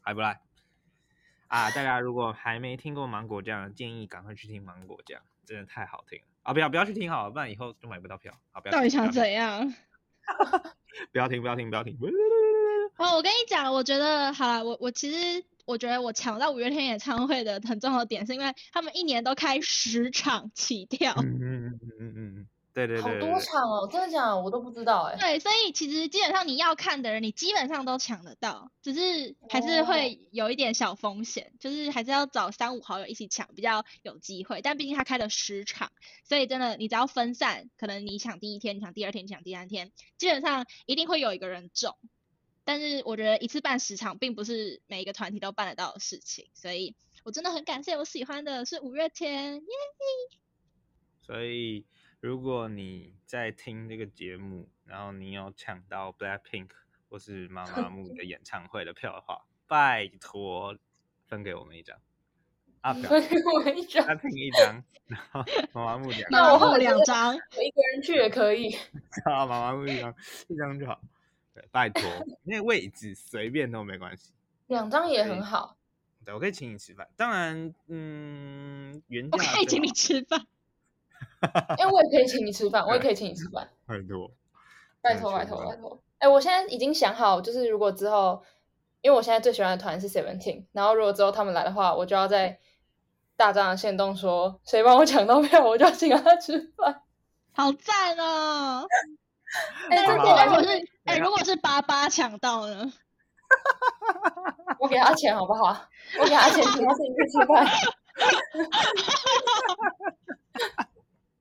还不赖啊！大家如果还没听过芒果酱，建议赶快去听芒果酱，真的太好听了啊！不要不要去听好了，不然以后就买不到票。好，不要到底听想怎样？ 不要听，不要听，不要听，不要听。哦，我跟你讲，我觉得好了，我我其实我觉得我抢到五月天演唱会的很重要的点，是因为他们一年都开十场起跳。嗯嗯嗯嗯嗯嗯，对对对好对多对场哦，真的假的？我都不知道哎、对，所以其实基本上你要看的人，你基本上都抢得到，只是还是会有一点小风险，就是还是要找三五好友一起抢比较有机会。但毕竟他开了十场，所以真的你只要分散，可能你抢第一天，你抢第二天，你抢第三天，基本上一定会有一个人中。但是我觉得一次办十场，并不是每一个团体都办得到的事情，所以我真的很感谢我喜欢的是五月天，耶！所以，如果你在听这个节目，然后你有抢到 Blackpink 或是妈妈木的演唱会的票的话，拜托分给我们一张啊，不要所以我一张， ，Blackpink 一张，然后妈妈木两那我张，后来两真的张，我一个人去也可以。妈妈木一张，一张就好。对，拜托，那位置随便都没关系。两张也对很好，对，我可以请你吃饭，当然，嗯，原我价可以最请你好吃饭。哎、我也可以请你吃饭，我也可以请你吃 饭，很多，拜真的托全拜托部拜托。哎、我现在已经想好，就是如果之后，因为我现在最喜欢的团是 Seventeen，然后如果之后他们来的话，我就要在大张的线动说，谁帮我抢到票，我就要请他 吃饭。好赞哦！哎、但这是好啊哎个吧那我如果是哎、没有如果是八八抢到呢？ 我给他钱好不好？我给他钱，请他自己去吃 饭。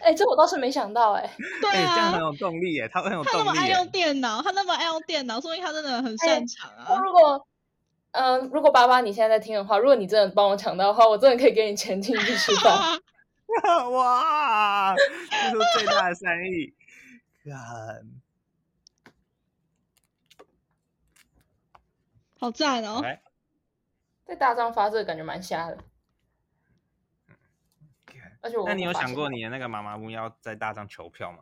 哎、这我倒是没想到哎、对哎、这样啊很，有动力耶，他会很有他那动么力爱耶。 用电脑，他那么爱用电脑，说明他真的很哎擅长啊。如果，嗯、如果爸爸你现在在听的话，如果你真的帮我抢到的话，我真的可以给你钱请你去吃饭。啊 哇，这是最大的善意。 干，好赞哦！来，在大张发这个感觉蛮瞎的，干而且我嗯那你有无法想过想你的那个妈妈木要在大张求票吗？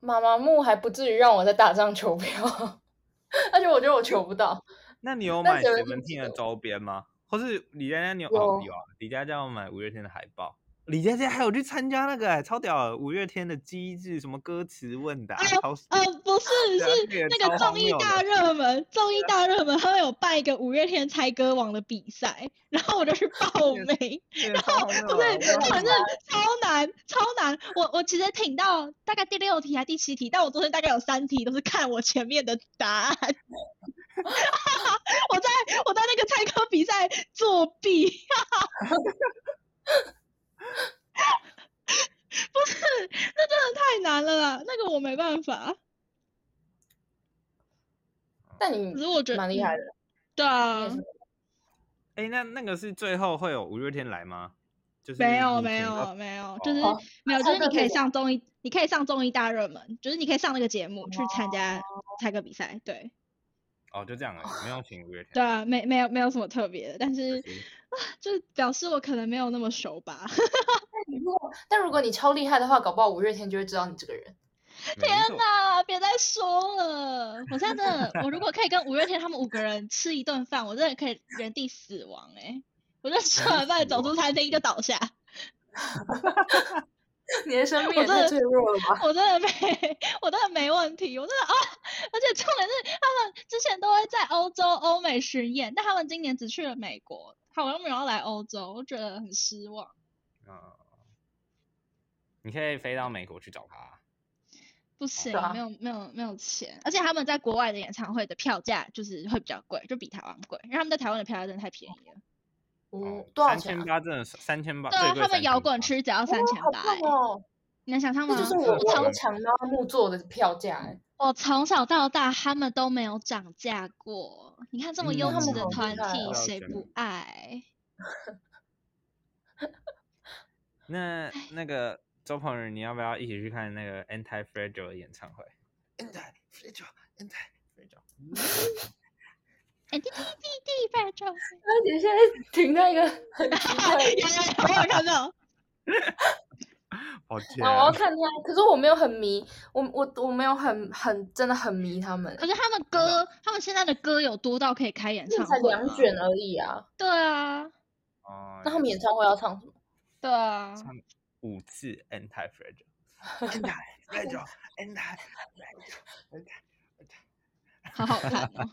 妈妈木还不至于让我在大张求票， 而且我觉得我求不到。那你有但买有人水不门知町的道周边吗？或是李佳佳你有哦有有啊，李佳佳有买五月天的海报，李佳佳还有去参加那个、哎，超屌的！五月天的机智什么歌词问答，哎呦超 呃，不是， 对啊这是个那个超荒综艺谬的大热门，综艺大热门，他们有办一个五月天猜歌王的比赛，然后我就去报这名，这个超 荒谬不的是，哦我真的反正超难，超难。我我其实挺到大概第六题还第七题，但我中间大概有三题都是看我前面的答案。 我在我在那个猜歌比赛作弊， 不是，那真的太难了啦，那个我没办法。但可你是我觉得嗯蛮厉害的，对啊，哎、那那个是最后会有五月天来吗？就是没有你没请到有没有，就是哦没有，就猜是你歌可以比赛上综艺，你可以上综艺大热门，就是你可以上那个节目去参加猜歌比赛。对哦，就这样而已，没有请五月天。对啊，没没有没有什么特别的，但是行啊，就表示我可能没有那么熟吧。但如果你超厉害的话，搞不好五月天就会知道你这个人。 没天错哪，别再说了，我现在真的，我如果可以跟五月天他们五个人吃一顿饭，我真的可以原地死亡哎、我就吃完饭走出餐厅就倒下，你的生命我也真太的脆弱了吧？我真的没，我真的没问题，我真的啊啊，而且重点是，他们之前都会在欧洲、欧美巡演，但他们今年只去了美国，好像没有要来欧洲，我觉得很失望。嗯，你可以飞到美国去找他。不行，啊没有没有没有钱，而且他们在国外的演唱会的票价就是会比较贵，就比台湾贵，因为他们在台湾的票价真的太便宜了。嗯哦，多少三钱千啊？八真的是三千八，对啊，最贵他们摇滚3800区只要三千好八，棒哦！你能想象吗那？就是我嗯我抢到木座的票价哎，我从小到大他们都没有涨价过，你看这么嗯优他们质的好厉团害体，哦谁真的不爱？那那个周鹏宇，你要不要一起去看那个 Anti Fragile 的演唱会？Anti Fragile，Anti Fragile，哎，滴滴滴滴，拜托！而且现在停在一个很奇 怪 有有的有，我有看到。 好甜啊，我要看他，可是我没有很迷，我我我没有很很真的很迷他们，可是他们歌，他们现在的歌有多到可以开演那唱才会两吗卷而已啊。对啊，哦，那他们也演唱会要唱什么？对啊，唱五次 Anti Fragile，Anti Fragile，Anti Fragile，好好看哦。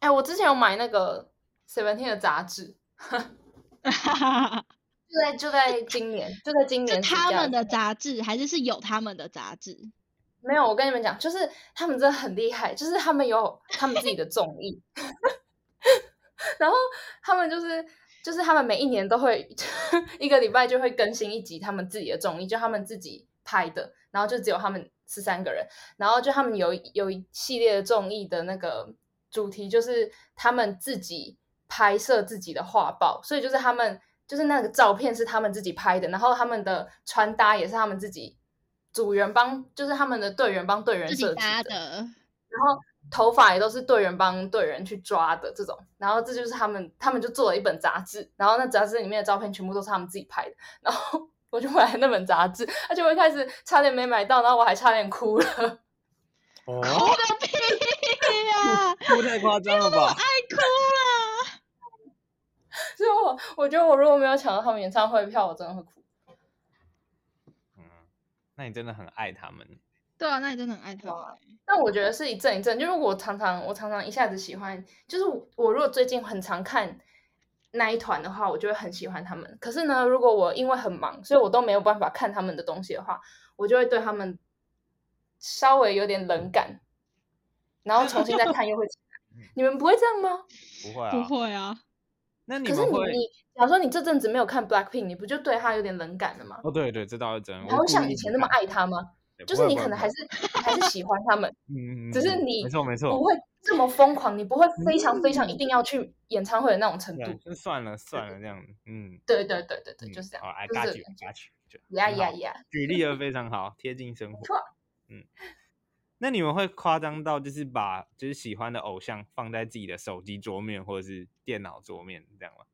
哎，我之前有买那个 Seventeen 的杂志，就在就在今年，就在今是年暑他假们的杂志，还是是有他们的杂志？没有，我跟你们讲，就是他们真的很厉害，就是他们有他们自己的综艺， 然后他们就是就是他们每一年都会 一个礼拜就会更新一集他们自己的综艺，就他们自己拍的，然后就只有他们十三个人，然后就他们有一有一系列的综艺的那个主题就是他们自己拍摄自己的画报，所以就是他们就是那个照片是他们自己拍的，然后他们的穿搭也是他们自己组员帮，就是他们的队员帮队员自己设计搭 的的。然后头发也都是队员帮队员去抓的这种，然后这就是他们，他们就做了一本杂志，然后那杂志里面的照片全部都是他们自己拍的，然后我就买了那本杂志，而且我一开始差点没买到，然后我还差点哭了，哦，个屁哎呀！爱哭太夸张了吧？哭了。 所以我我觉得我如果没有抢到他们演唱会票，我真的会哭。嗯，那你真的很爱他们。对啊，那你真的很爱他哇们。但我觉得是一阵一阵，就如果我常常我常常一下子喜欢，就是我我如果最近很常看那一团的话，我就会很喜欢他们。可是呢，如果我因为很忙，所以我都没有办法看他们的东西的话，我就会对他们稍微有点冷感，然后重新再看又会起 嗯来。你们不会这样吗？不会不啊，会啊，那你可是们你会？你，假如说你这阵子没有看 Blackpink，你不就对他有点冷感了吗？哦，对对，这倒是真的。你我还会故像意以不前那么看，爱他吗？对就不会是你不可会能不还会是还是喜欢他们，嗯嗯嗯，只是嗯你没错 没哦不错，会这么疯狂，你不会非常非嗯常一定要去演唱会的那种程对度。就算了算了这样，嗯，对对对对对，嗯就是这好样， ，I 就是 got 这 you，I 个感 got you，就呀很呀好呀！举例的非常好，贴近生活。错嗯，那你们会夸张到就是把就是喜欢的偶像放在自己的手机桌面或者是电脑桌面这样吗？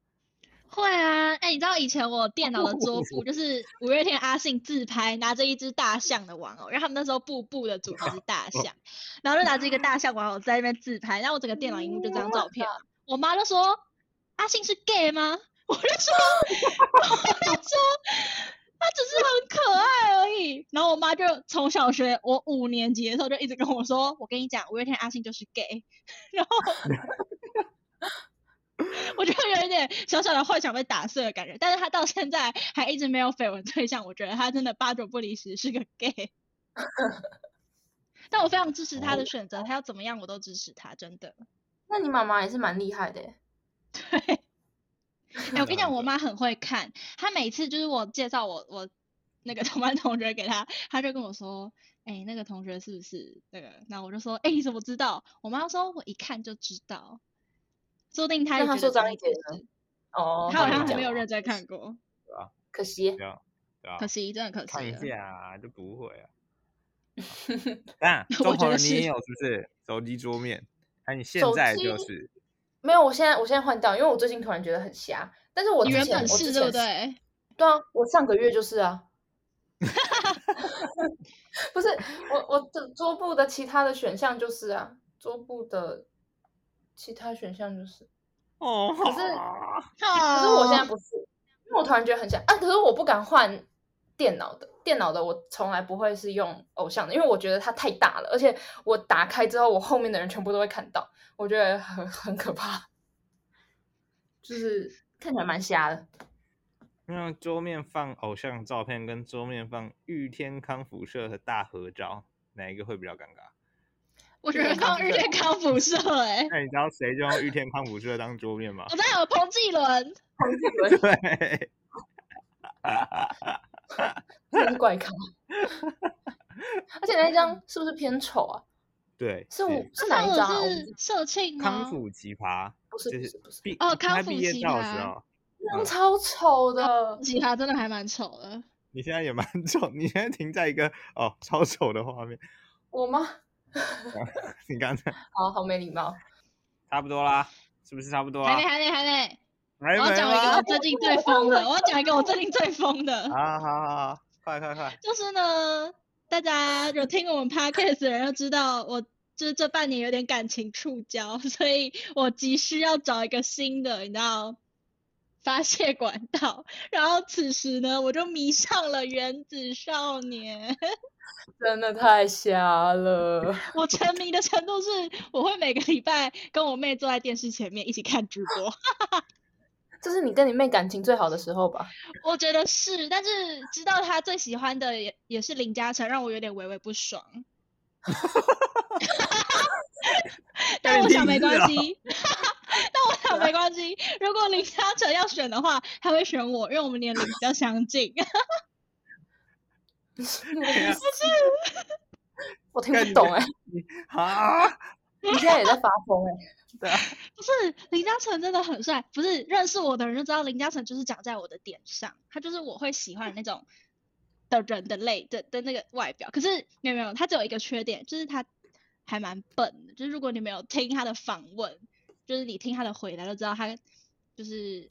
会啊。哎，你知道以前我电脑的桌布就是五月天阿信自拍，拿着一只大象的玩偶，然后他们那时候步步的组织是大象，然后就拿着一个大象玩偶在那边自拍，然后我整个电脑荧幕就这张照片嘛。我妈就说：“阿信是 gay 吗？”我就说，我就说他只是很可爱而已。然后我妈就从小学我五年级的时候就一直跟我说：“我跟你讲，五月天阿信就是 gay。”然后我就有一点小小的幻想被打碎的感觉，但是他到现在还一直没有绯闻对象，我觉得他真的八九不离十是个 gay。但我非常支持他的选择，他要怎么样我都支持他，真的。那你妈妈也是蛮厉害的欸耶，哎、我跟你讲，真我的妈很会看，她每次就是我介绍我我那个同班同学给她，她就跟我说，哎、那个同学是不是那个？然后我就说，哎、你怎么知道？我妈说，我一看就知道，说不定她那也她觉说得张真一杰的呢是哦，她好那像你还讲没有吧认真看过，可惜对啊， 对啊可，惜，真的可看惜一了。下啊就不会 啊。那 周我觉鹏得你也是有是不是手机桌面？那你现手在机就是没有。我现在我现在换掉，因为我最近突然觉得很瞎。但是我你之原前我本之是前对不 对？对啊，我上个月就 是啊。不是我我的桌布的其他的选项就是啊，桌布的其他选项就是。哦，可是啊可哦啊可是我现在不是，因为我突然觉得很想啊，可是我不敢换电脑的，电脑的我从来不会是用偶像的，因为我觉得它太大了，而且我打开之后，我后面的人全部都会看到，我觉得很很可怕，就是看起来蛮瞎的。那桌面放偶像照片跟桌面放玉天康辐射和大合照，哪一个会比较尴尬？ 我觉得日放康日辐射健康辐射、 欸，哎，那你知道谁就用玉天康辐射当桌面 吗我？知道有彭继伦，对，真的是怪咖。而且那一张是不是偏丑啊？对，是我是哪他一张啊？我放不的是社庆康吗？复奇葩，不是就不是嗯是不是，毕哦康他复毕业奇照的时葩候，那张超丑的。吉他真的还蛮丑的，你现在也蛮 丑，你现在停在一个哦超丑的画面，我吗？你刚才好好没礼貌。 差不多啦，是不是差不多还啊？没还没还没，还我要没讲一个吗我最近最疯的，我要讲一个我最近最疯的，啊，好好好，快快快，就是呢，大家有听我们 podcast 的人都知道，我就是这半年有点感情触礁，所以我急需要找一个新的，你知道，发泄管道。然后此时呢，我就迷上了原子少年。真的太瞎了，我沉迷的程度是，我会每个礼拜跟我妹坐在电视前面一起看直播。这是你跟你妹感情最好的时候 吧？我觉得是，但是知道她最喜欢的也也是林嘉诚，让我有点微微不爽。但干我你想屁没关事啊系， 但我想没关系。如果林嘉诚要选的话，他会选我，因为我们年龄比较相近。啊 我听不 懂哎、啊，你现在也在发疯哎、不是林嘉诚真的很帅，不是认识我的人就知道林嘉诚就是长在我的点上，他就是我会喜欢的那种的人的类的的那个外表。可是没有没有，他只有一个缺点，就是他还蛮笨的。就是如果你没有听他的访问，就是你听他的回答就知道他就是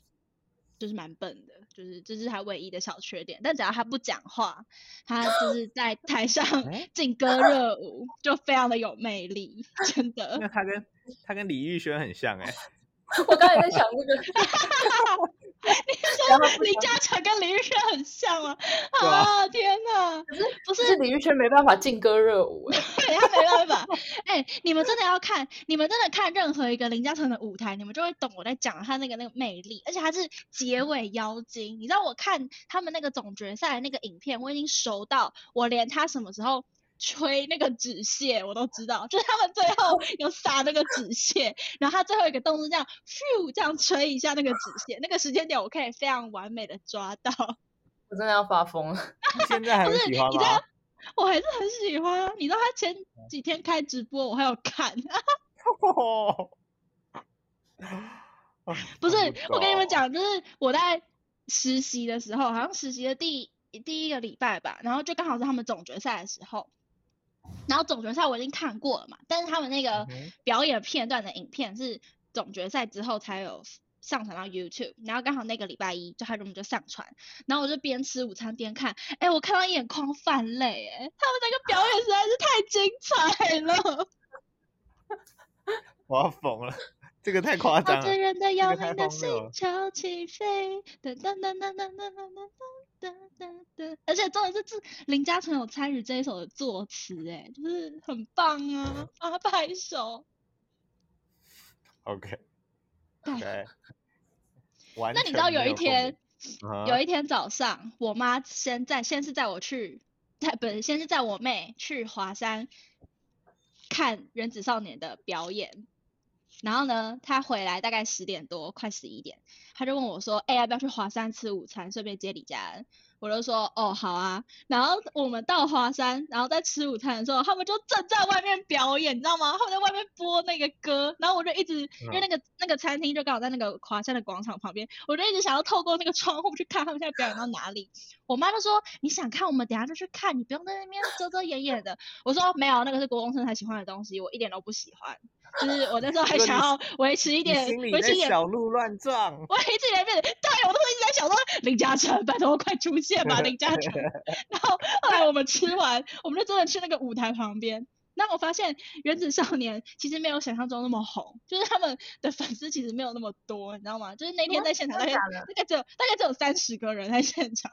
就是蛮笨的，就是这、是他唯一的小缺点。但只要他不讲话，他就是在台上劲歌热舞，就非常的有魅力，真的。那他跟他跟李玉轩很像哎、我刚才在想这个， 然后不林想嘉诚跟李玉轩很像吗？对啊啊，天哪！不就是是李玉轩没办法劲歌热舞欸、对他没办法。哎、你们真的要看，你们真的看任何一个林嘉诚的舞台，你们就会懂我在讲他那个那个魅力，而且他是结尾妖精。你知道我看他们那个总决赛的那个影片，我已经熟到我连他什么时候。吹那个纸屑，我都知道，就是他们最后有撒那个纸屑，然后他最后一个动作这样，咻，这样吹一下那个纸屑，那个时间点我可以非常完美的抓到。我真的要发疯了。你 现在还不很是喜欢你知道吗？ 我还是很喜欢啊。你知道他前几天开直播，我还有看。啊不是看，我跟你们懂，讲，就是我在实习的时候，好像实习的第一第一个礼拜吧，然后就刚好是他们总决赛的时候。然后总决赛我已经看过了嘛，但是他们那个嗯哼表演片段的影片是总决赛之后才有上传到 YouTube，然后刚好那个礼拜一就他们就上传，然后我就边吃午餐边看，哎，我看到眼眶泛泪，哎，他们那个表演实在是太精彩了。我要疯了， 这个太夸张了好醉。人的个要太命的荒心谬了潮起飞，噔噔噔噔噔噔噔噔噔噔噔。而且重点是，这林嘉诚有参与这一首的作词，哎，就是很棒啊，帮他拍手。 OK 对 OK，完那你知全道没有一共天，鸣，啊有一一天早上，我妈先在先是带我去，带不是先是带我妹去华山看原子少年的表演，然后呢，她回来大概十点多，快十一点，她就问我说：“哎、要不要去华山吃午餐，顺便接李佳恩？”我就说：“哦，好啊。”然后我们到华山，然后在吃午餐的时候，他们就正在外面表演，你知道吗？他们在外面播那个歌，然后我就一直，因为那嗯个那个餐厅就刚好在那个华山的广场旁边，我就一直想要透过那个窗户去看他们现在表演到哪里。我妈就说：“你想看，我们等一下就去看，你不用在那边遮遮掩掩的。”我说：“没有，那个是国中生才喜欢的东西，我一点都不喜欢。就是我那时候还就想你要维持一一点，心里维持在一点小鹿乱撞，我一直以来变得，对我都一直在想说林嘉诚，拜托快出现吧，林嘉诚。然后后来我们吃完，我们就真的去那个舞台旁边。那我发现《原子少年》其实没有想象中那么红，就是他们的粉丝其实没有那么哎多，你知道吗？就是那天在现场大概真大概的假只有大概只有三十个人在现场，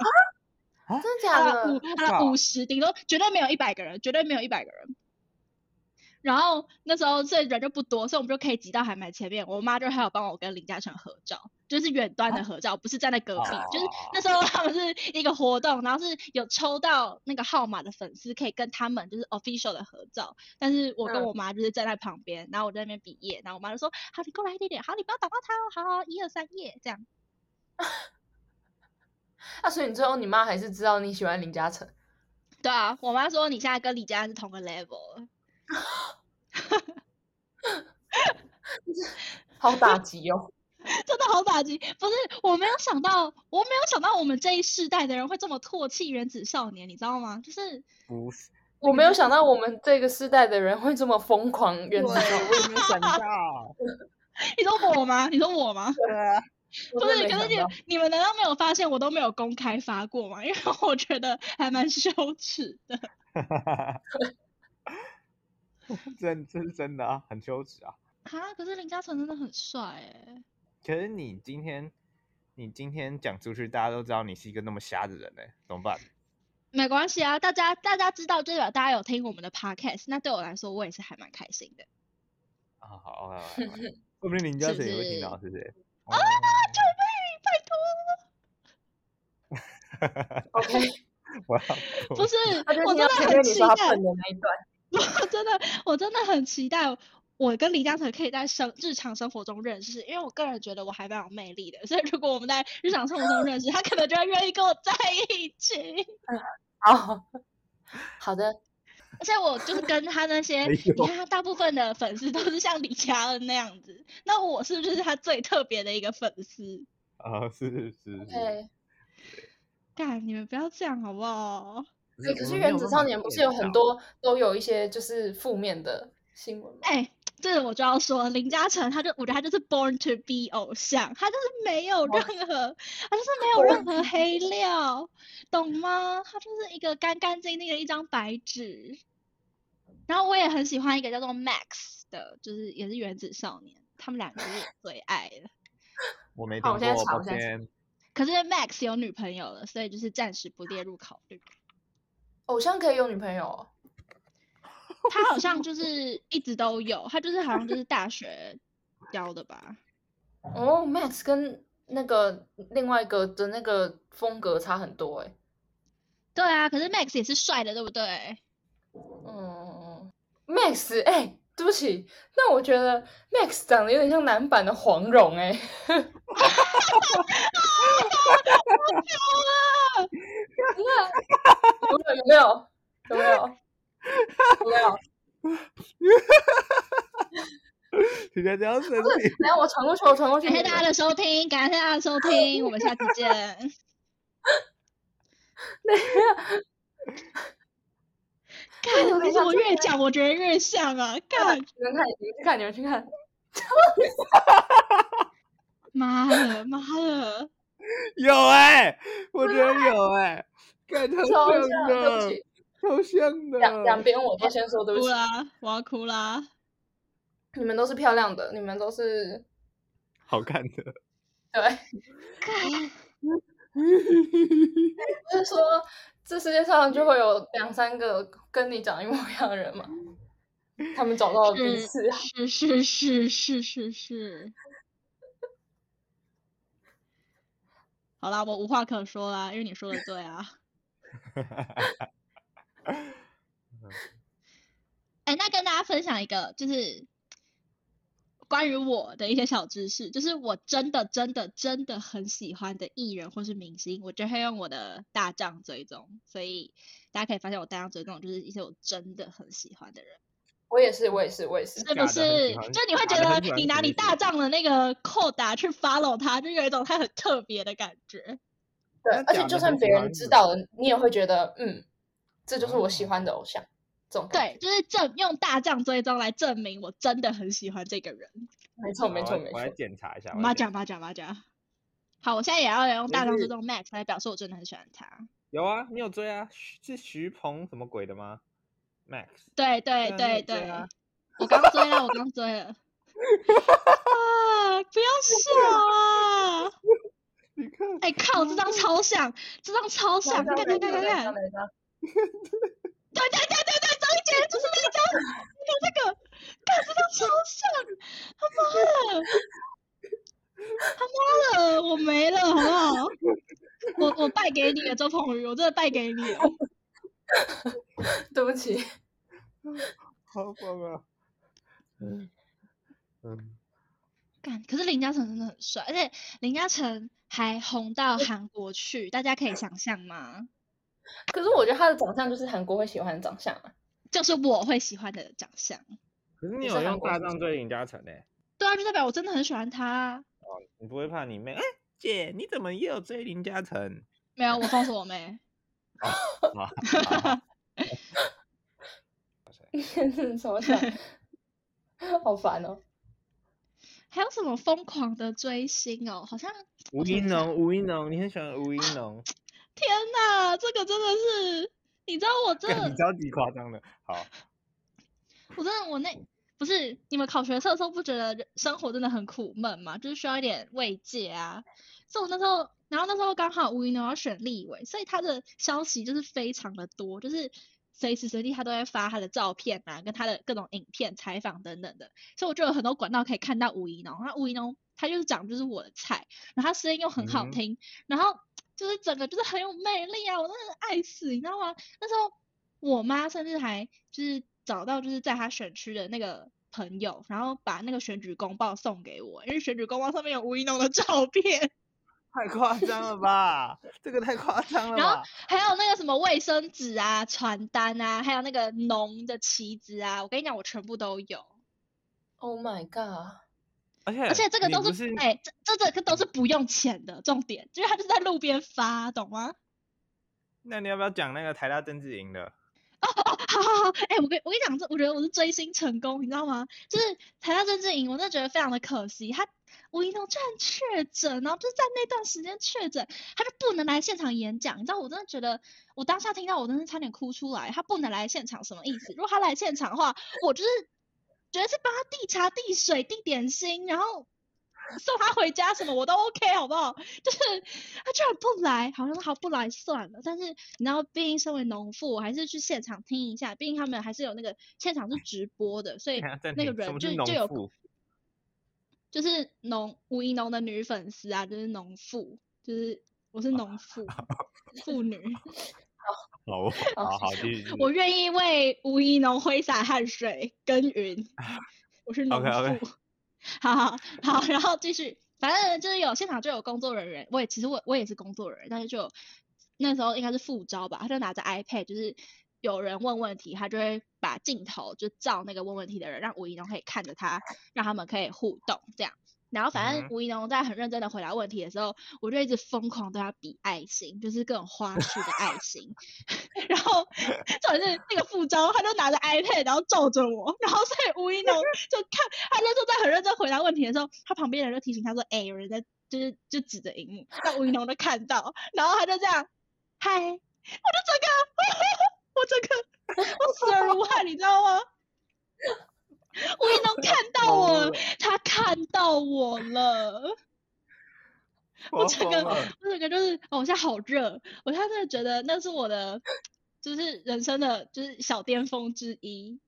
啊 真的他假了的五？他了五十，顶多绝对没有一百个人，绝对没有一百个人。然后那时候所以人就不多，所以我们就可以挤到还蛮前面。我妈就还有帮我跟林嘉诚合照，就是远端的合照，不是站在隔壁。就是啊那时候他们是一个活动，然后是有抽到那个号码的粉丝可以跟他们就是 official 的合照，但是我跟嗯我妈就是站在旁边，然后我在那边比耶，然后我妈就说：“好，你过来一点点，好，你不要挡到他哦，好好，一二三耶，这样。”那啊所以你最后你妈还是知道你喜欢林嘉诚，对啊，我妈说你现在跟李佳是同个 level 了。好打击 哦。真的好打击！不是，我没有想到，我没有想到我们这一世代的人会这么唾弃原子少年，你知道吗？就是不 是， 我没有想到我们这个世代的人会这么疯狂，原子少我也没想到，你说我吗？你说我吗？对啊，我不真是，的可没是想你到你们难道没有发现我都没有公开发过吗？因为我觉得还蛮羞耻的。真 这是真的啊，很羞耻啊。哈，可是林嘉诚真的很帅哎、可是你今天，你今天讲出去，大家都知道你是一个那么瞎的人呢、欸怎么办？没关系啊，大家大家知道，就代表大家有听我们的 podcast，那对我来说我也是还蛮开心的。啊，好，OK，说不 定林嘉诚也会听到，是不是？啊， 救 OK，命！我要哭不是，哦 他就我是真要的评很论你期说他待笨。的那一段。 我真的，我真的很期待我跟李嘉诚可以在生日常生活中认识，因为我个人觉得我还蛮有魅力的，所以如果我们在日常生活中认识，他可能就会愿意跟我在一起。好，好的，而且我就是跟他那些，哎你呦看他大部分的粉丝都是像李佳恩那样子，那我是不是他最特别的一个粉丝？啊，是是是。 OK。干，你们不要这样好不好？对，可是原子少年不是有很，多都有一些就是负面的新闻吗？哎、这个我就要说，林嘉诚他就我觉得他就是 born to be 偶像，他就是没有任何，他就是没有任何黑料，懂吗？他就是一个干干净净的一张白纸。然后我也很喜欢一个叫做 Max 的，就是也是原子少年，他们两个是我最爱的。我 没听好我现在过，查抱我现在查歉。 可是 Max 有女朋友了，所以就是暂时不列入考虑。偶像可以有女朋友哦、他好像就是一直都有，他就是好像就是大学 教的吧。哦，Max 跟那个另外一个的那个风格差很多哎、对啊，可是 Max 也是帅的，对不对？嗯，Max 哎、对不起，那我觉得 Max 长得有点像男版的黄蓉 哎、有没有？有没有？有没有？ 人家这样生不气，然后我传过去，我传过去感给谢你哎大们。家的收听，感谢大家的收 听，我们下次见。干，你怎么越讲我觉得越像啊？干，你们看，你们去看，你们去看。妈的，妈的，有哎、我觉得有哎、感超啊超像，像对不的，起，超像的，两两边我都先说对啊哭啦，不起，我要哭啦！你们都是漂亮的，你们都是好看的。 对，干，就是说这世界上就会有两三个跟你长一模一样的人嘛，他们找到了彼是此，是是是是是是。好啦，我无话可说啦，因为你说的对啊。 哎，那跟大家分享一个，就是关于我的一些小知识，就是我真的真的真的很喜欢的艺人或是明星，我就会用我的大账追踪，所以大家可以发现我大账追踪就是一些我真的很喜欢的人，我也是，我也是，我也是，是假不的很是喜欢？就你会假觉的很得喜欢你拿谁你谁大账的那个扣打去 follow 他，就有一种他很特别的感觉。对那，而且假就的算很别喜人欢知你道了，你也会觉得，嗯，这就是我喜哦欢的偶像，这种感对，就是证用大账追踪来证明我真的很喜欢这个人。觉，没错，没错，我没哦啊来我来错，检查一下。我来马检甲马甲马甲。好，我现在也要用就大张这是种 Max 来表示我真的很喜欢他。有啊，你有追啊？徐是徐鹏什么鬼的吗？Max，对对啊你对有追对啊，我刚追了，我刚追了。 啊！不要笑啊！你看， 哎、哎靠，这张超像，这张超像，看看看看看，对对对对对，张一杰就是那一张，那个这个，看这张超像，他妈的！他妈的，我没了，好不好？我我败给你了，周鹏宇，我真的败给你了。对不起，好棒啊！嗯嗯，干，可是林嘉诚真的很帅，而且林嘉诚还红到韩国去，大家可以想象吗？可是我觉得他的长相就是韩国会喜欢的长相啊。 就是我会喜欢的长相。可是你你有是用韩国大人张追林嘉诚诶，对啊，就代表我真的很喜欢他啊。你不会怕你妹？哎、姐，你怎么也有追林嘉诚？没有，我封锁我妹。啊，好好什么 长？好烦哦！还有什么疯狂的追星哦？好像吴一农，吴一农，你很喜欢吴一 农，天哪，啊这个真的是，你知道我真干的你超级夸张的。好，我真的我那不是你们考学测的时候不觉得人生活真的很苦闷吗？就是需要一点慰藉啊。所以我那时候，然后那时候刚好吴云龙要选立委，所以他的消息就是非常的多，就是随时随地他都会发他的照片啊，跟他的各种影片、采访等等的。所以我就有很多管道可以看到吴云龙。那吴云龙他就是长得就是我的菜，然后他声音又很好嗯哼听，然后就是整个就是很有魅力啊，我真的爱死，你知道吗？那时候我妈甚至还就是找到就是在她选区的那个朋友，然后把那个选举公报送给我，因为选举公报上面有吴一农的照片， 太夸张了吧？这个太夸张了然后吧？还有那个什么卫生纸啊、传单啊，还有那个农的旗子啊，我跟你讲，我全部都有， Oh my god！而且而而且这个都是是哎、这这这个都是不用钱的，重点就是他就是在路边发，懂吗？ 那你要不要讲那个台大政治营的？好好好，哎、我跟我跟你讲，这我觉得我是追星成功，你知道吗？就是台大郑志颖，我真的觉得非常的可惜，他吴一农居然确诊，然后就在那段时间确诊，他就不能来现场演讲，你知道，我真的觉得我当下听到，我真的差点哭出来。他不能来现场什么意思？如果他来现场的话，我就是觉得是帮他递茶、递水、递点心，然后 送他回家什么，我都 OK，好不好？ 就是他居然不来，好像说好不来算了。但是你知道，毕竟身为农妇，我还是去现场听一下，毕竟他们还是有那个现场是直播的， 所以等一下暂那个停什人么就是就农有妇？就是农吴一农的女粉丝啊，就是农妇，就是我是农妇妇女，好 哦，好好，继续。我愿意为吴一农挥洒汗水耕耘，我是农妇。 OK，OK 好好好，然后继续，反正就是有现场就有工作人员，我也其实我我也是工作人员，但是就有那时候应该是副招吧，他就拿着 iPad，就是有人问问题，他就会把镜头就照那个问问题的人，让吴一农可以看着他，让他们可以互动这样。然后反嗯正吴一农在很认真的回答问题的时候，我就一直疯狂对他比爱心，就是各种花絮的爱心。 然后重点是那个副招，他就拿着 iPad，然后皱着我，然后所以吴一农就看，他那时候在很认真回答问题的时候，他旁边的人就提醒他说：“哎、有人在，就是就指着荧幕。”那吴一农就看到，然后他就这样，嗨，我就整个，我整个，我死而无憾，你知道吗？吴一农看到我了，他看到我了。我我整疯个了我整个就是，哦，我现在好热，我现在真的觉得那是我的，就是人生的，就是小巅峰之一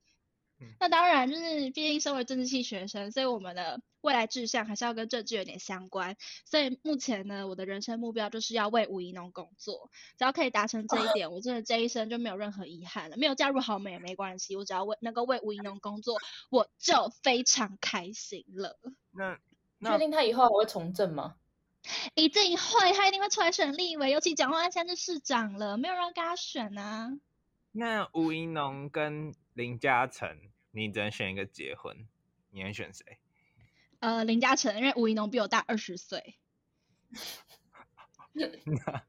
嗯。那当然，就是毕竟身为政治系学生，所以我们的未来志向还是要跟政治有点相关。所以目前呢，我的人生目标就是要为吴怡农工作。只要可以达成这一点，我真的这一生就没有任何遗憾了。没有嫁入豪门也没关系，我只要为能够为吴怡农工作，我就非常开心了。 那那确定他以后还会从政吗？一定会，他一定会出来选立委，尤其蒋万安现在是市长了，没有人要跟他选啊。那吴一农跟林嘉诚，你只能选一个结婚，你能选谁？呃，林嘉诚，因为吴怡农比我大二十岁，啊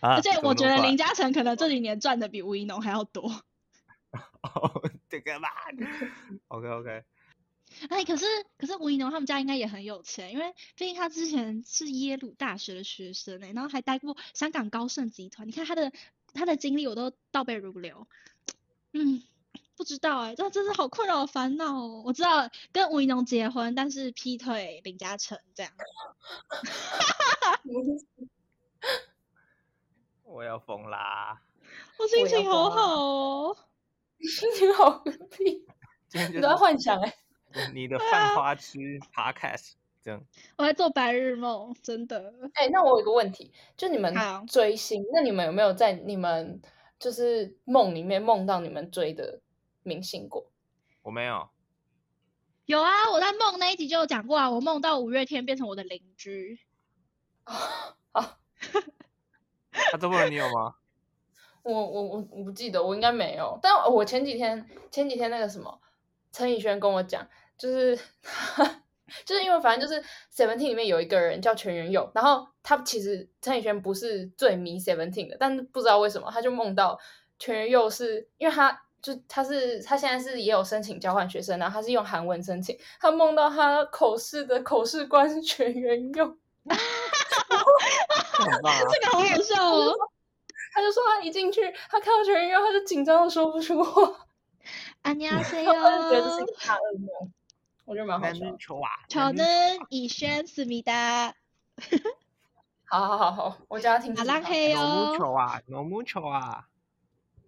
而且我觉得林嘉嘉诚可能这几年赚的比吴怡农还要多。 这个吧，OK OK，哎，可是可是吴怡农他们家应该也很有钱，因为毕竟他之前是耶鲁大学的学生哎、然后还待过香港高盛集团。你看他的他的经历，我都倒背如流。嗯，不知道哎、这真是好困扰我烦恼哦。我知道跟吴怡啊农结婚，但是劈腿林嘉诚这样。 你要疯啦！ 我心我要情好疯了好哦。心情好个屁，今天你就都在是幻想哎、你的犯花 痴 podcast 这样。我在做白日梦，真的。哎、那我有个问题，就你们好追星，那你们有没有在你们就是梦里面梦到你们追的明星过？我没有，有啊，我在梦那一集就有讲过啊，我梦到五月天变成我的邻居，他这问你有吗？我我我我不记得，我应该没有。但我前几天前几天那个什么，陈以轩跟我讲，就是 就是因为反正就是 Seventeen 里面有一个人叫全元佑，然后他其实陈以轩不是最迷 Seventeen 的，但是不知道为什么他就梦到全元佑是因为他。就他是他现在是也有申请交换学生，然后他是用韩文申请，他梦到他口试的口试官 是全元佑，这很棒 啊！这个好好笑哦。他就说他一进去，他看到全元佑，他就紧张的说不出话。 안녕하세 他就觉得这是一 요， 个大噩梦，我觉得蛮好男笑女的。球啊， 저는 男 이轩思密达，好好好好，我叫他听这马集浪好了。黑女哦。球啊，农木球啊，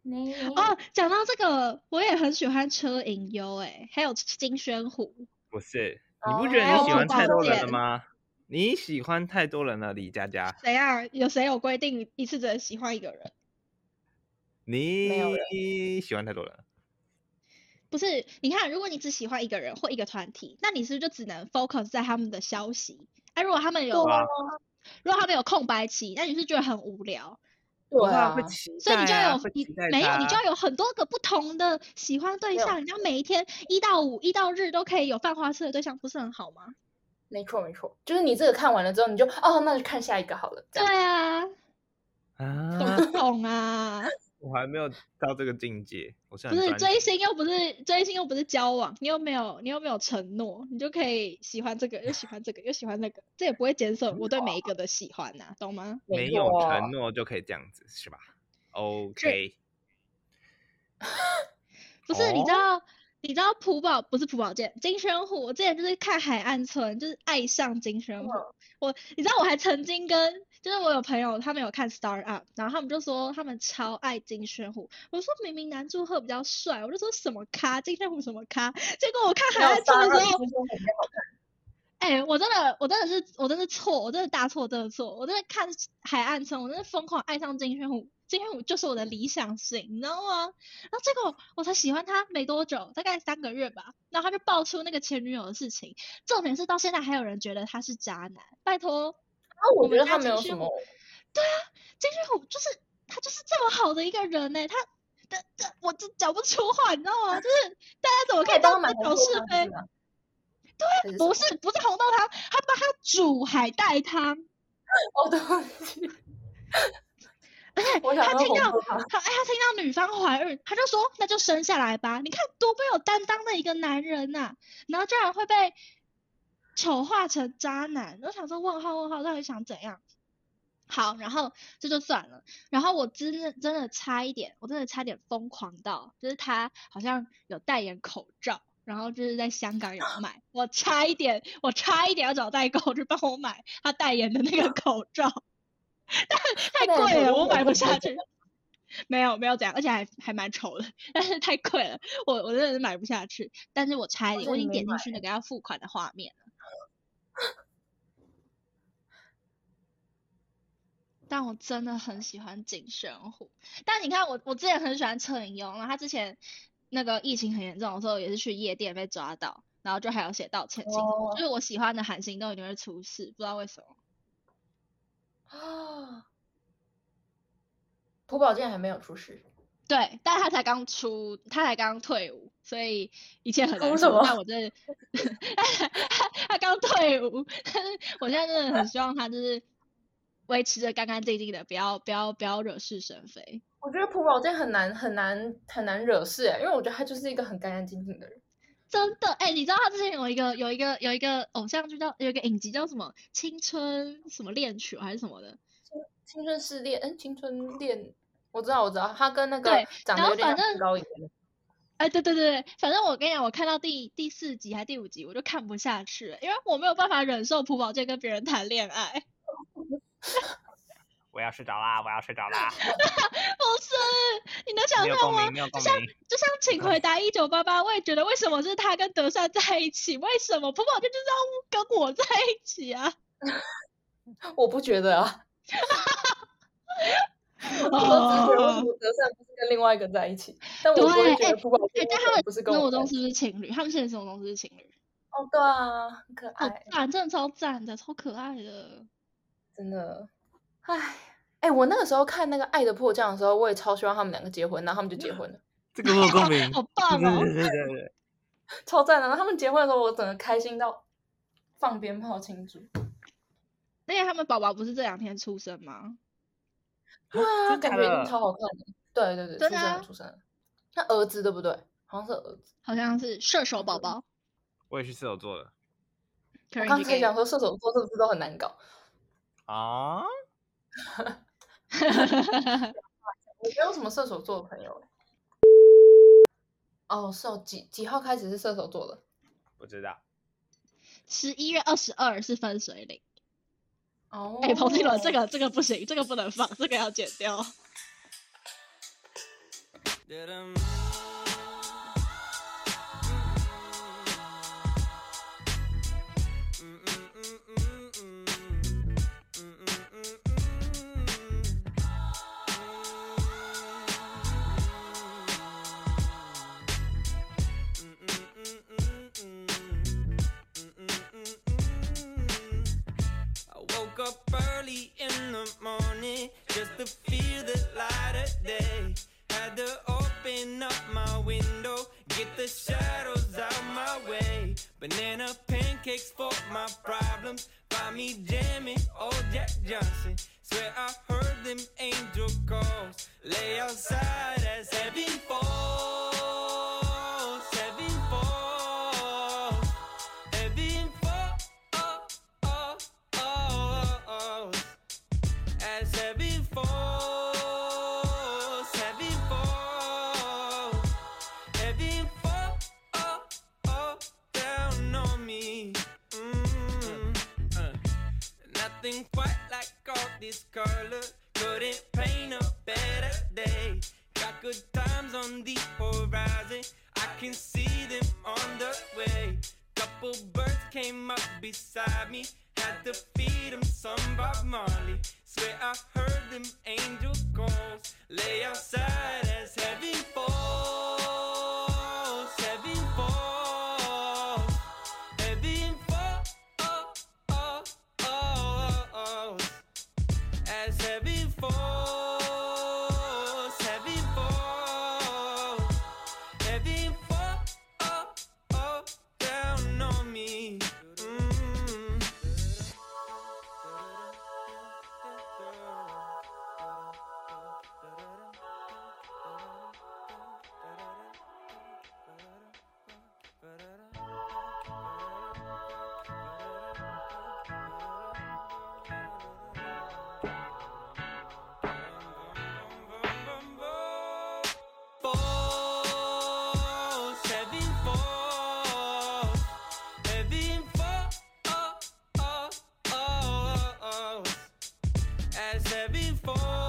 哦，哦，讲到这个，我也很喜欢车银优哎，还有金宣虎，不是？哦你不觉得你喜欢太多人还有了吗？你喜欢太多人了，李佳佳，怎样？有谁有规定一次只能喜欢一个人？有你喜欢太多人了。不是，你看，如果你只喜欢一个人或一个团体，那你是不是就只能 focus 在他们的消息？那、如果他们有，对啊如果他们有空白期，那你是觉得很无聊，对哇啊会，期所以你就待要啊有会你期待没有，你它就要有很多个不同的喜欢对没有象，你要每一天一到五、一到日都可以有犯花痴的对象，不是很好吗？没错没错，就是你这个看完了之后，你就哦，那就看下一个好了。这对样啊，懂啊！不 懂啊？我还没有到这个境界，我是不很是专情追星又不是追星又不是交往，你又没有你又没有承诺，你就可以喜欢这个又喜欢这个又喜欢那个，这也不会减损我对每一个的喜欢呐、懂吗？没有错承诺就可以这样子，是吧？OK，不是，你知哦道你知道朴宝不是朴宝剑，金宣虎，我之前就是看《海岸村》，就是爱上金 嗯宣虎。我你知道我还曾经跟就是我有朋友他们有看 Star Up，然后他们就说他们超爱金宣虎。我说明明男祝贺比较帅，我就说什么咖金宣虎什么咖，结果我看《海还岸有村三》的二时候分，钟很好哎、我真的，我真的是，我真的错，我真的大错特错，我真的看《海岸村》，我真的疯狂爱上金宣虎，金宣虎就是我的理想型，你知道吗？然后结果我才喜欢他没多久，大概三个月吧，然后他就爆出那个前女友的事情，重点是到现在还有人觉得他是渣男，拜托，然后我觉们得家他没有金什宣么虎，对啊，金宣虎就是他就是这么好的一个人呢、他。这这我这讲不出话，你知道吗？就是大家怎么可以这当么满搞是非？啊对不是不是红豆汤，他帮他煮海带汤，哦，对不起， 而且我想他说听红到豆汤他哎，他听到女方怀孕，他就说那就生下来吧。你看多没有担当的一个男人呐、然后居然会被丑化成渣男。我想说问号问号，到底想怎样？好，然后这就算了。然后我真的真的差一点，我真的差点疯狂到，就是他好像有代言口罩，然后就是在香港有卖，我差一点，我差一点要找代购去帮我买他代言的那个口罩， 但太代贵言口了，罩我多买不贵下去。没有没有这样，而且还还蛮丑的，但是太贵了，我我真的是买不下去。但是我差一哇点，塞我已你经没点进买去那个要付款的画面了。但我真的很喜欢景玄虎，但你看我我之前很喜欢车银优，然后啊他之前那个疫情很严重的时候也是去夜店被抓到，然后就还有写道歉信，哦就是我喜欢的韩星都一定会出事，不知道为什么。 啊，朴宝剑还没有出事，对，但他才刚出，他才刚退伍，所以一切很难哭说什么但我真的，他他刚退伍，但是我现在真的很希望他就是维持着干干净净的，不要不要不要惹是生非。我觉得朴宝剑很难很难很难惹事哎，因为我觉得他就是一个很干干净净的人。真的，哎、你知道他之前有一个有一个有一个偶像剧叫有一个影集叫什么《青春什么恋曲》还是什么的？青春试恋，嗯，青春恋，我知道，我知道，他跟那个对长然得后有点反像正石高一样。哎，对对对，反正我跟你讲，我看到第第四集还第五集，我就看不下去了，因为我没有办法忍受朴宝剑跟别人谈恋爱。我我要睡着啦，我要睡着啦，不是，你能想没有象共吗鸣，？没有就共像鸣。就像请回答一九八八，我也觉得为什么是他跟德善在一起？为什么婆婆就就是要跟我在一起啊？我不觉得 啊，我只觉得 为什么德善不是跟另外一个在一起，但我不会对觉哎得不管哎但他们不是跟那我我在一东起是不是情侣？他们现实生活中是不是情侣？哦，对啊，很可好爱，赞，真的超赞的，超可爱的。真的，唉。哎，我那个时候看那个《爱的迫降》的时候，我也超希望他们两个结婚，然后他们就结婚了， 这个我有共鸣， 好棒对哦！ 对对对对对，超赞的。啊然后他们结婚的时候，我整个开心到放鞭炮庆祝。而且他们宝宝不是这两天出生吗？对啊， 真感假觉已经的？超好看的。对对真对，出的生啊了出生了，那儿子对不对？好像是儿子。好像是射手宝宝。我也去射手座了可我能刚已经才给想说射手座是不是都很难搞？啊，我没有什么射手座的朋友欸。哦，是哦，几几号开始是射手座的？不知道。十一月二十二是分水岭。哦，哎、彭继伦，这个这个不行，这个不能放，这个要剪掉。 I woke up early in the morning just to feel the light of day. Had to open up my window, get the shadows out my way. Banana pancakes for my problems. Find me jamming, old Jack Johnson. Swear I heard them angel calls. Lay outside as heaven falls, heaven falls. Heaven falls, as heaven falls, heaven falls, heaven falls down on me. Mm, uh. Nothing quite like all this color. Couldn't paint a better day. Got good times on the horizon. I can see them on the way. Couple birds came up beside me. Had to feed them some Bob Marley. Swear I heard them angel calls. Lay outside as heaven falls. Heaven falls. Heaven falls oh, as heaven falls, heaven falls, heaven falls oh, down on me. Mm-hmm. Falls, heaven falls, heaven falls, as heaven falls.